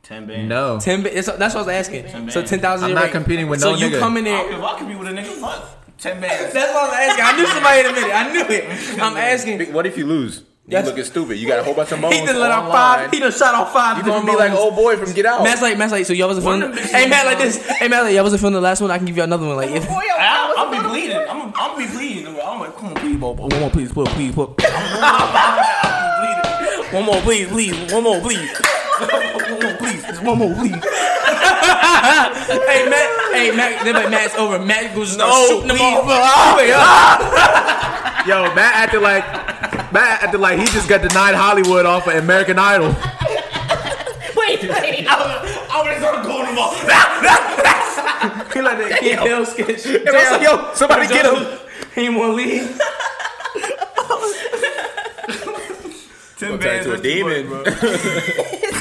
Ten bands. No. Ten. ba- That's, that's what I was asking. Ten So bands. ten thousand. I'm not competing with so no So you nigga. come in I there. don't give a fuck if you with a nigga. Fuck. Ten bands. That's what I was asking. I knew somebody in a minute. I knew it. I'm asking. What if you lose? You That's- looking stupid. You got a whole bunch of moans He done let out online. five. He done shot off five. You different gonna be like moans. oh, old boy from Get Out. Matt's like, Matt's like, so y'all wasn't One feeling. of them bitches Hey, Matt, was like this. Hey, Matt, like y'all wasn't feeling the last one. I can give you another one. Like, if, Before y'all- I, y'all I'll was be about to- bleeding. I'm, I'm be bleeding. I'm like, come on, please, Bobo. One more, please, please, please, please. I'm bleeding. One more, please, please. One more, please. One more, please. Just one more, please. hey, Matt, hey, Matt, they're like, Matt's over. Matt goes no, No, shooting them ah. please, all. Ah. Yo, Matt acted like Matt acted like he just got denied Hollywood off of American Idol. Wait, wait. I would have started going to my. He like that kid. Hell sketch. And I was like, yo, somebody get him. He ain't want to leave. Ten Turn into a demon.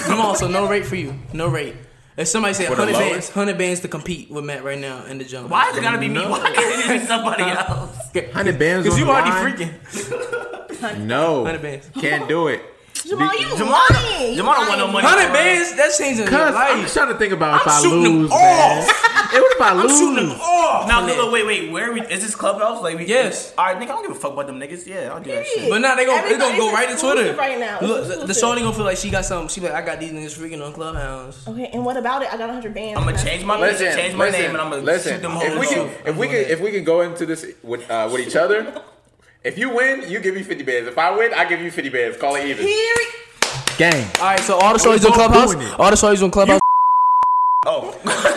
Come on, so no rate for you. No rate. If somebody said For the 100 lowest? bands, 100 bands to compete with Matt right now in the jungle. Why is it gotta be me? Why can't it be somebody else? Hundred bands. Because on you the already line? freaking. No, 100 bands. can't do it. Jamal, Be- you Jamal- lying. Jamal don't want no money. 100 bands? That's changing your Cuz I'm life. trying to think about I'm if I shooting them lose. man. Hey, what if I lose? Shooting them off. Now, for that. Lilo, wait, wait. Where are we? Is this clubhouse? Like, we, Oh, Yes. All right, nigga. I don't give a fuck about them niggas. Yeah, I'll do that shit. But now they gonna they gonna go Everybody's right to Twitter exclusive right now. It's Look, the- the exclusive. shorty gonna feel like she got something. She like, I got these niggas freaking on Clubhouse. Okay, and what about it? I got 100 bands. I'm gonna change my Listen, change my listen, name, and I'm gonna listen. shoot them if hoes we off. can, if we can, if we can go into this with uh, with each other. If you win, you give me fifty bands. If I win, I give you fifty bands. Call it even. Here, Gang. All right, so all the shorties on we both Clubhouse. doing it. All the shorties on Clubhouse. Oh,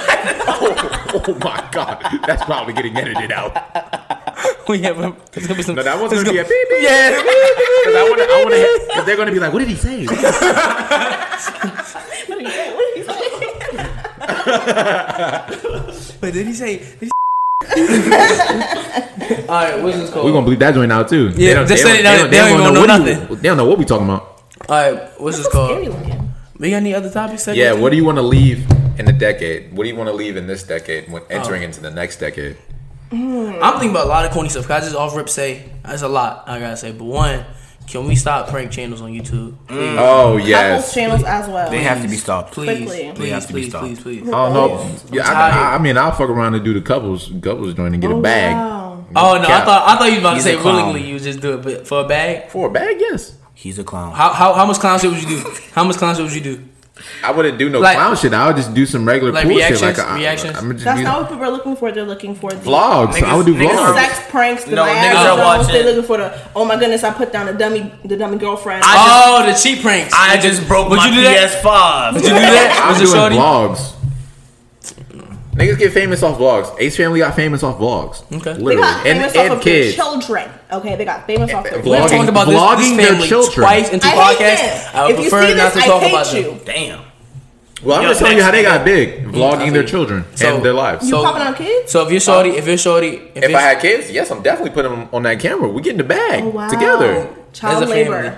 Oh, oh my god, that's probably getting edited out. we have a, there's gonna be some. No, that one's there's gonna be a beep beep. Yeah. Because I want to, I want to, because they're gonna be like, what did he say? what are you saying? What are you saying? But did he say? Did he all right, what's this called? We're gonna bleep that joint out too. Yeah, just say that they don't even know what you- nothing. they don't know what we talking about. all right, what's this Scary called? looking. We got any other topics? that Yeah, we- what do you want to leave in the decade? What do you want to leave in this decade when entering into the next decade? I'm thinking about a lot of corny stuff. 'cause I just off rip say that's a lot. I gotta say, but one, can we stop prank channels on YouTube? Oh Couples yes. channels as well. they have to be stopped. Please, Quickly. They please, have to be please, stopped. please, please. Oh no! Yeah, I, I, I mean, I'll fuck around and do the couples couples joint and get a bag. wow. Oh no, I Cap. thought I thought you were about He's to say a clown. willingly you would just do it, but for a bag, for a bag. Yes, He's a clown. how how, how much clown shit would you do? How much clown shit would you do? I wouldn't do no Like- clown shit. I would just do some regular Like cool shit. reactions? Like I, Reactions? I'm just That's do not what people are looking for. They're looking for the vlogs. I would do Niggas- niggas- vlogs. sex pranks. The No, no, niggas are watching. They're looking for the. Oh my goodness! I put down a dummy, the dummy girlfriend. I- Oh, the cheap pranks. I just broke Would my you do that? PS5. Would you do that? I'm Was it doing shorty? vlogs. Niggas get famous off vlogs. Ace Family got famous off vlogs. Okay. they Literally. got And, famous off and of kids. their children. Okay, they got famous off their Vlog- We have Vlogging- talked about this, vlogging this their family children. twice in two I hate podcasts. them. I would if you prefer see not this, to I talk hate about you. them. Damn. Well, I'm Yo, just telling you how they next got big. Vlogging I their see. children So- and their lives. You So- popping on kids? So if you're shorty, if you're shorty, if, if it's- I had kids, yes, I'm definitely putting them on that camera. We get in the bag Oh, wow. together. as Child a labor. family, as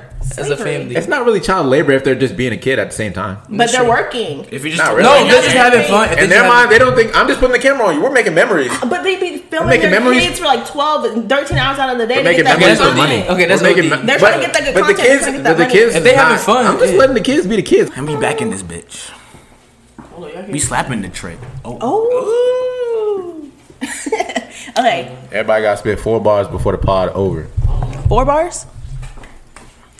a Slavery. family, It's not really child labor if they're just being a kid at the same time. But they're working. If you just Not really. no, Like, they're just how they having fun. think. They're just In their having- mind, they don't think I'm just putting the camera on you. We're making memories. But they be filming making their memories. kids for like 12 and 13 hours out of the day. We're to making get that memories that's for OD. content. money. Okay, that's We're OD. making me- They're but- trying to get that good But the content, they're kids, trying to get but that the money. kids, If they is having not- fun, I'm just yeah. letting the kids be the kids. And we back in this bitch. We slapping the trick. Oh. Oh. okay. Everybody got to spit four bars before the pod over. Four bars.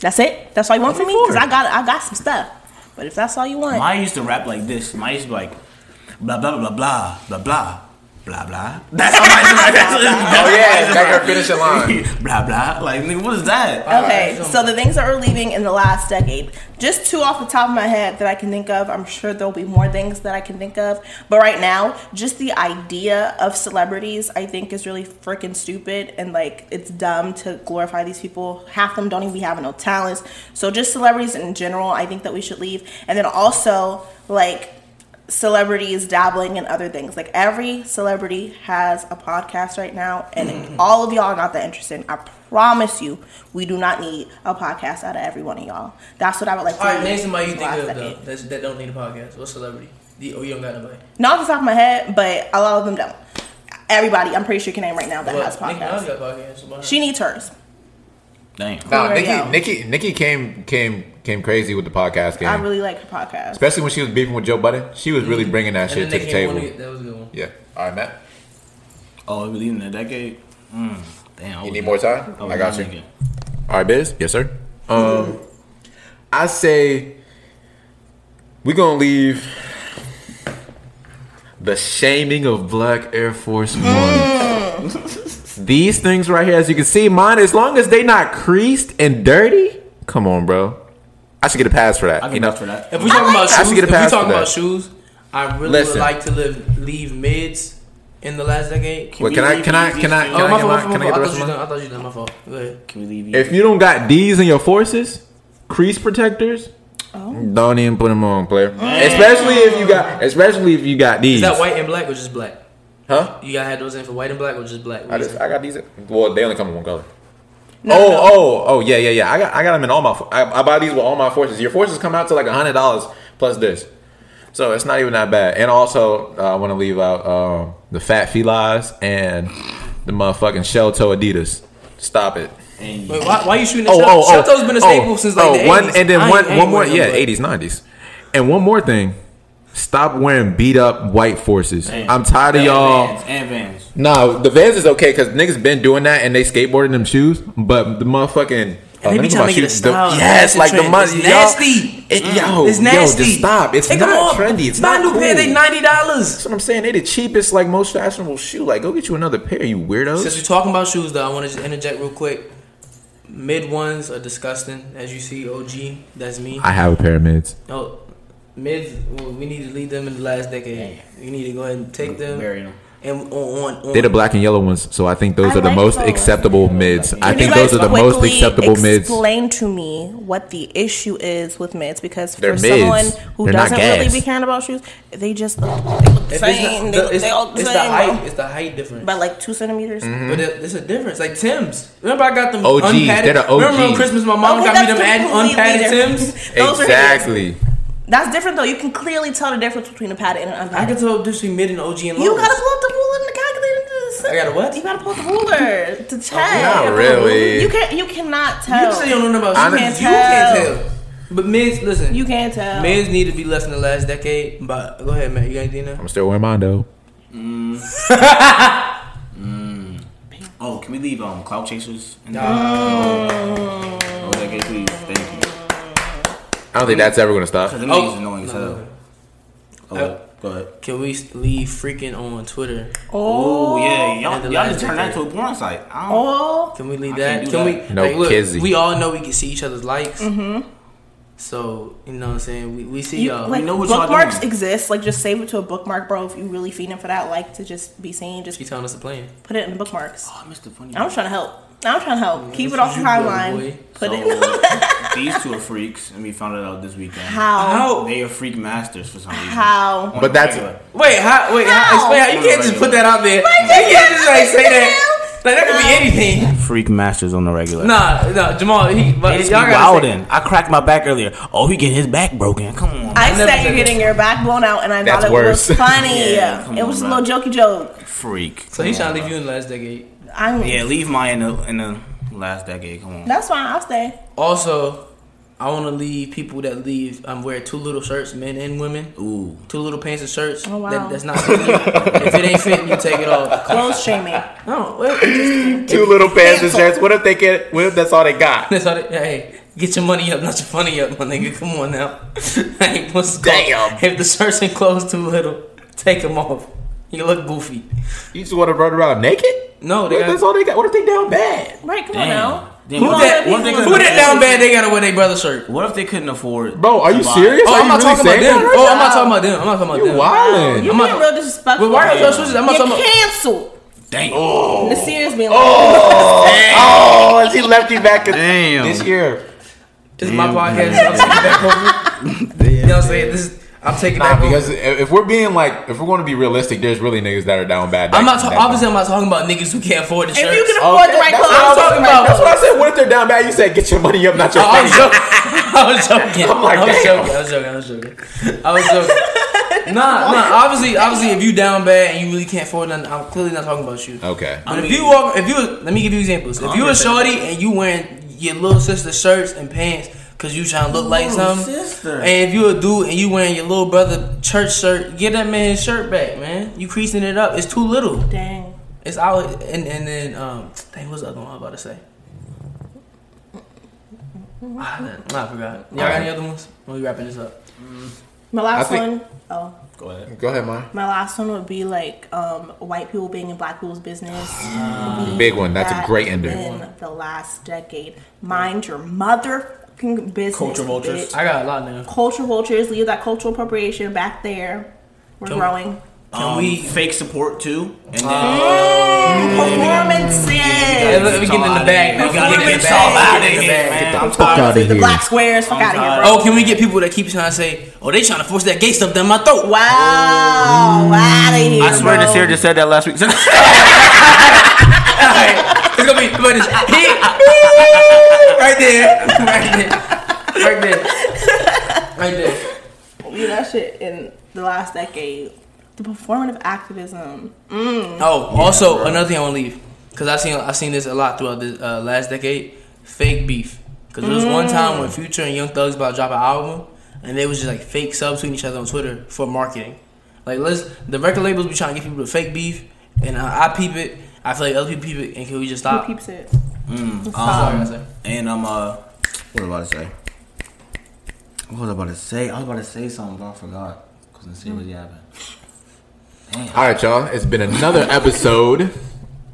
That's it. That's all you want from me? Because I got, I got some stuff. But if that's all you want, Maya used to rap like this. Maya used to be like, blah, blah, blah, blah, blah, blah, blah. blah blah. That's all I like, that's what Oh yeah, it's like her finishing line. blah blah. Like nigga, what is that? Okay, Alright, so the things that are leaving in the last decade, just two off the top of my head that I can think of. I'm sure there'll be more things that I can think of, but right now, just the idea of celebrities, I think, is really freaking stupid and like it's dumb to glorify these people. Half of them don't even be having no talents. So just celebrities in general, I think that we should leave, and then also like celebrities dabbling in other things. Like every celebrity has a podcast right now, and all of y'all are not that interested. I promise you, we do not need a podcast out of every one of y'all. That's what I would like to All right, do name somebody you think last of though decade. that's, that don't need a podcast. What celebrity? The, oh, you don't got nobody. Not off the top of my head, but a lot of them don't. Everybody, I'm pretty sure you can name right now that Well, has Nicki Minaj podcasts. got podcasts. so why not? She needs hers. Damn. No, Right Nikki, now. Nikki, Nikki came came came crazy with the podcast game, I really like her podcast. especially when she was beefing with Joe Budden. She was Mm-hmm. really bringing that and then shit to they the came on table. it. That was a good one. Yeah. All right, Matt. Oh, we leaving the decade. Mm, damn. I You was- need more time? was I got you. thinking. All right, Biz. Yes, sir. Um, I say we're gonna leave the shaming of Black Air Force One. Mm. These things right here, as you can see, mine. As long as they not creased and dirty, come on, bro. I should get a pass for that. I you can know? vouch for that. If we talking about that. I should shoes, get a if we pass for talking that. about shoes, I really Listen. would like to live leave mids in the last decade. Wait, we can I? leave Can I? these Can I? two? Can oh, my I? get fault, my- my fault, Can I my fault. get the I thought rest of you mine? done. I thought you done. My fault. Go ahead. Can we leave? If you don't got these in your forces, crease protectors, don't even put them on, player. Especially if you got, especially if you got these. Is that white and black or just black? Huh? You gotta have those in for white and black or just black? What I you just, say? I got these. Well, they only come in one color. No, oh, no. oh, oh, yeah, yeah, yeah. I got, I got them in all my. fo- I, I buy these with all my forces. Your forces come out to like a hundred dollars plus this, so it's not even that bad. And also, uh, I want to leave out um, the fat felines and the motherfucking shell toe Adidas. Stop it. And Wait, why, why you shooting at oh, Shel- oh, oh. Shelto's been a staple oh, since like oh, the 80s. one, and I then ain't- one, I ain't one more, wearing no yeah, black. eighties, nineties, and one more thing. Stop wearing beat up white forces. Damn. I'm tired of and y'all. Vans, and Vans. Nah, the Vans is okay because niggas been doing that and they skateboarding them shoes, but the motherfucking. And oh, they be let me trying to get talk about a shoes. style, The, a yes, fashion like the trend. money. It's nasty. Mm. It, yo, It's Yo, nasty. just stop. It's Take 'em not off. trendy. It's Buy not a new cool. pair. They ninety dollars. That's what I'm saying. They the cheapest, like most fashionable shoe. Like, go get you another pair, you weirdos. Since we're talking about shoes, though, I want to just interject real quick. Mid ones are disgusting, as you see. OG, that's me. I have a pair of mids. No, mids. Well, we need to leave them in the last decade. We need to go ahead and take them Bury them. and on on. on. They're the black and yellow ones, so I think those I are the like most those. acceptable mids. I Can think you guys those are the most quickly acceptable mids. Explain to me what the issue is with mids because They're for mids. someone who They're not doesn't really gas. be caring about shoes, they just look, they look the If it's not- the- same. they, it's, they all the it's the same. bro. height. It's the height difference. by like two centimeters. Mm-hmm. But it, it's a difference. Like Tim's. Remember, I got them OGs, unpadded. they're the Remember on OGs. Christmas, my mom Oh, Okay, got me that's them ad- completely unpadded different. Tim's. Those are Exactly. That's different though. You can clearly tell the difference between a padded and an I can unpadded. tell the difference between mid and OG and low. You gotta pull up the ruler and the calculator. To the I gotta what? You gotta pull up the ruler to Oh, Not check. really. You can You cannot You tell. say you don't know about I shoes. can't You can't tell. But mids, listen. You can't tell. Mids need to be less than the last decade. But go ahead, man. You got anything now? I'm still wearing mine though. Oh, can we leave um cloud chasers? in there? Mm. Oh, decade, please. Thank you. I don't think that's ever gonna stop. Cause them Oh. niggas annoying as No, no, hell. no. Oh, go ahead. Can we leave freaking on Twitter? Oh yeah, And the y'all, y'all last just turned that to decade. a porn site. I don't, Oh. Can we leave I that? can't Can do that. we? No like, look, kizzy. we all know we can see each other's likes. So you know what I'm saying. We, we see Mm-hmm. You, all like, know what y'all bookmarks doing. exist. Like, just save it to a bookmark, bro. If you really feeding for that like to just be seen, just She telling us to plan. put it in the bookmarks. Oh, I missed the funny. I'm part. trying to help. I'm trying to help. Keep it off you your go, timeline. boy. Put it. So, Oh, these two are freaks, and we found it out this weekend. How? How? They are freak masters for some reason. How? On But the that's- regular. Wait, how? Wait, how, How? explain how you can't just put that out there. You can't just like say that. Like that could be anything. freak masters on the regular. Nah, nah, Jamal. He, but They just be y'all gotta say- wildin'. I cracked my back earlier. Oh, he getting his back broken. Come on, I never said said you're that. getting your back blown out, and I That's thought it was worse. funny. Yeah, come it on, was a bro. little jokey joke. freak. So he's Come on, trying to leave bro. you in the last decade. I'm. Yeah, leave mine in the in the last decade. Come on. That's fine. I'll stay. Also, I want to leave people that leave um, wear too little shirts, men and women. Ooh, Too little pants and shirts. Oh, wow. that, that's not fitting you. if it ain't fitting, you take it off. Clothes shaming. No, wait. Two little pairs of of shirts. shirts. What if they get? What if that's all they got? That's how they, hey, get your money up, not your funny up, my nigga. Come on now. hey, what's it called? Damn. If the shirts and clothes too little, take them off. He look goofy. You just want to run around naked? No, they What if got- that's all they got. What if they down bad? Right, come on Damn. now. Damn, Oh, Who what that? if- what if they couldn't Who that afford- down bad? They gotta wear their brother shirt. What if they couldn't afford? Bro, are you to buy- serious? Oh, are I'm you not really talking about saying them. that? Oh, I'm not talking about them. I'm not talking about You them. wildin'. You're I'm being not- real disrespectful. But why are You're y'all switches? I'm not talking about. canceled. Damn. The serious being like, Oh, as he left you back in- Damn. this year. This is my podcast. I'm taking it back over. You know what I'm saying? This is, I'm taking it Nah, back over. because if if we're being like, if we're going to be realistic, there's really niggas that are down bad. I'm not That- talking. that- Obviously, I'm not talking about niggas who can't afford the if shirts. you can Oh, Okay, afford the right Uh-huh. that's clothes, what I I'm was talking like, about. That's what I said. What if they're down bad? You said, get your money up, not your I was face. joking. I was joking. I'm like, I was damn. joking. I was joking. I was joking. I was joking. nah, nah. Obviously, obviously, if you down bad and you really can't afford nothing, I'm clearly not talking about you. Okay. But I if mean- you walk, if you let me give you examples. If you a shorty and you wearing your little sister shirts and pants because you trying to look like Little something, sister. and if you a dude and you wearing your little brother church shirt, get that man his shirt back, man. You creasing it up. It's too little. dang. It's out. And and then um, dang, what's the other one I was about to say? Ah, nah, I forgot. Y'all got any Alright. other ones? When we wrapping this up, My last think- one. Oh. Go ahead. Go ahead, Maya. My last one would be like um, white people being in black people's business. We- Big one. That's a that great ender. In the last decade, mind your motherfucking business. Culture vultures. bitch. I got a lot now. Culture vultures. Leave that cultural appropriation back there. We're Don't- growing. Can Um, we? Uh, fake support too, and then Oh. Yeah, Performances. let me get in the bag. Now. We gotta Get in get the all bag. out of Get in the here, bag. man. I'm Fuck tired. outta The black squares. Fuck out I'm of here, tired. bro. Oh, can we get people that keep trying to say, "Oh, they trying to force that gay stuff down my throat"? Wow. Out of here. I swear bro. to Sarah just said that last week. Alright, it's gonna be but it's right there, right there, right there, right there. You know, that shit in the last decade. The performative activism. Oh, also another thing I want to leave because I seen I seen this a lot throughout the uh, last decade. Fake beef because there was one time when Future and Young Thugs about to drop an album and they was just like fake subs between each other on Twitter for marketing. Like let's the record labels be trying to get people to fake beef and I, I peep it. I feel like other people peep it and can we just Who Uh, stop? peeps it? mm, Sorry, I said. and I'm uh, what was I about to say? What was I about to say? I was about to say something, but I forgot. Cause the serious happened. All right, y'all. It's been another episode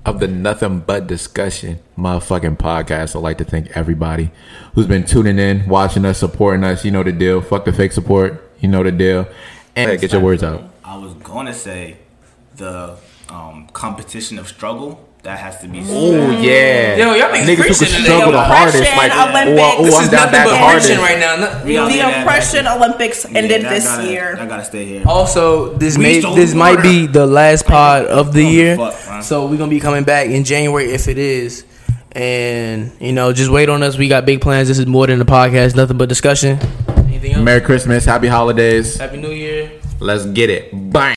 of the Nothing But Discussion motherfucking podcast. I'd like to thank everybody who's been tuning in, watching us, supporting us. You know the deal. Fuck the fake support. You know the deal. And get your words out. I was gonna say the um, competition of struggle that has to be. Oh yeah. Yo, y'all niggas niggas who preaching could today. struggle the Yo, hardest. Russian, Like, Olympics. oh, This oh, I'm It's down nothing bad the but hardest. preaching right now. No- We gotta The say that, oppression Olympics man. ended Yeah, I this gotta- year. I gotta stay here. Also, this We may stole this the might water. be the last pod of the Oh, year, fuck, man. so we're gonna be coming back in January if it is. And you know, just wait on us. We got big plans. This is more than a podcast, nothing but discussion. Anything else? Merry Christmas. Happy holidays. Happy New Year. Let's get it. Bang.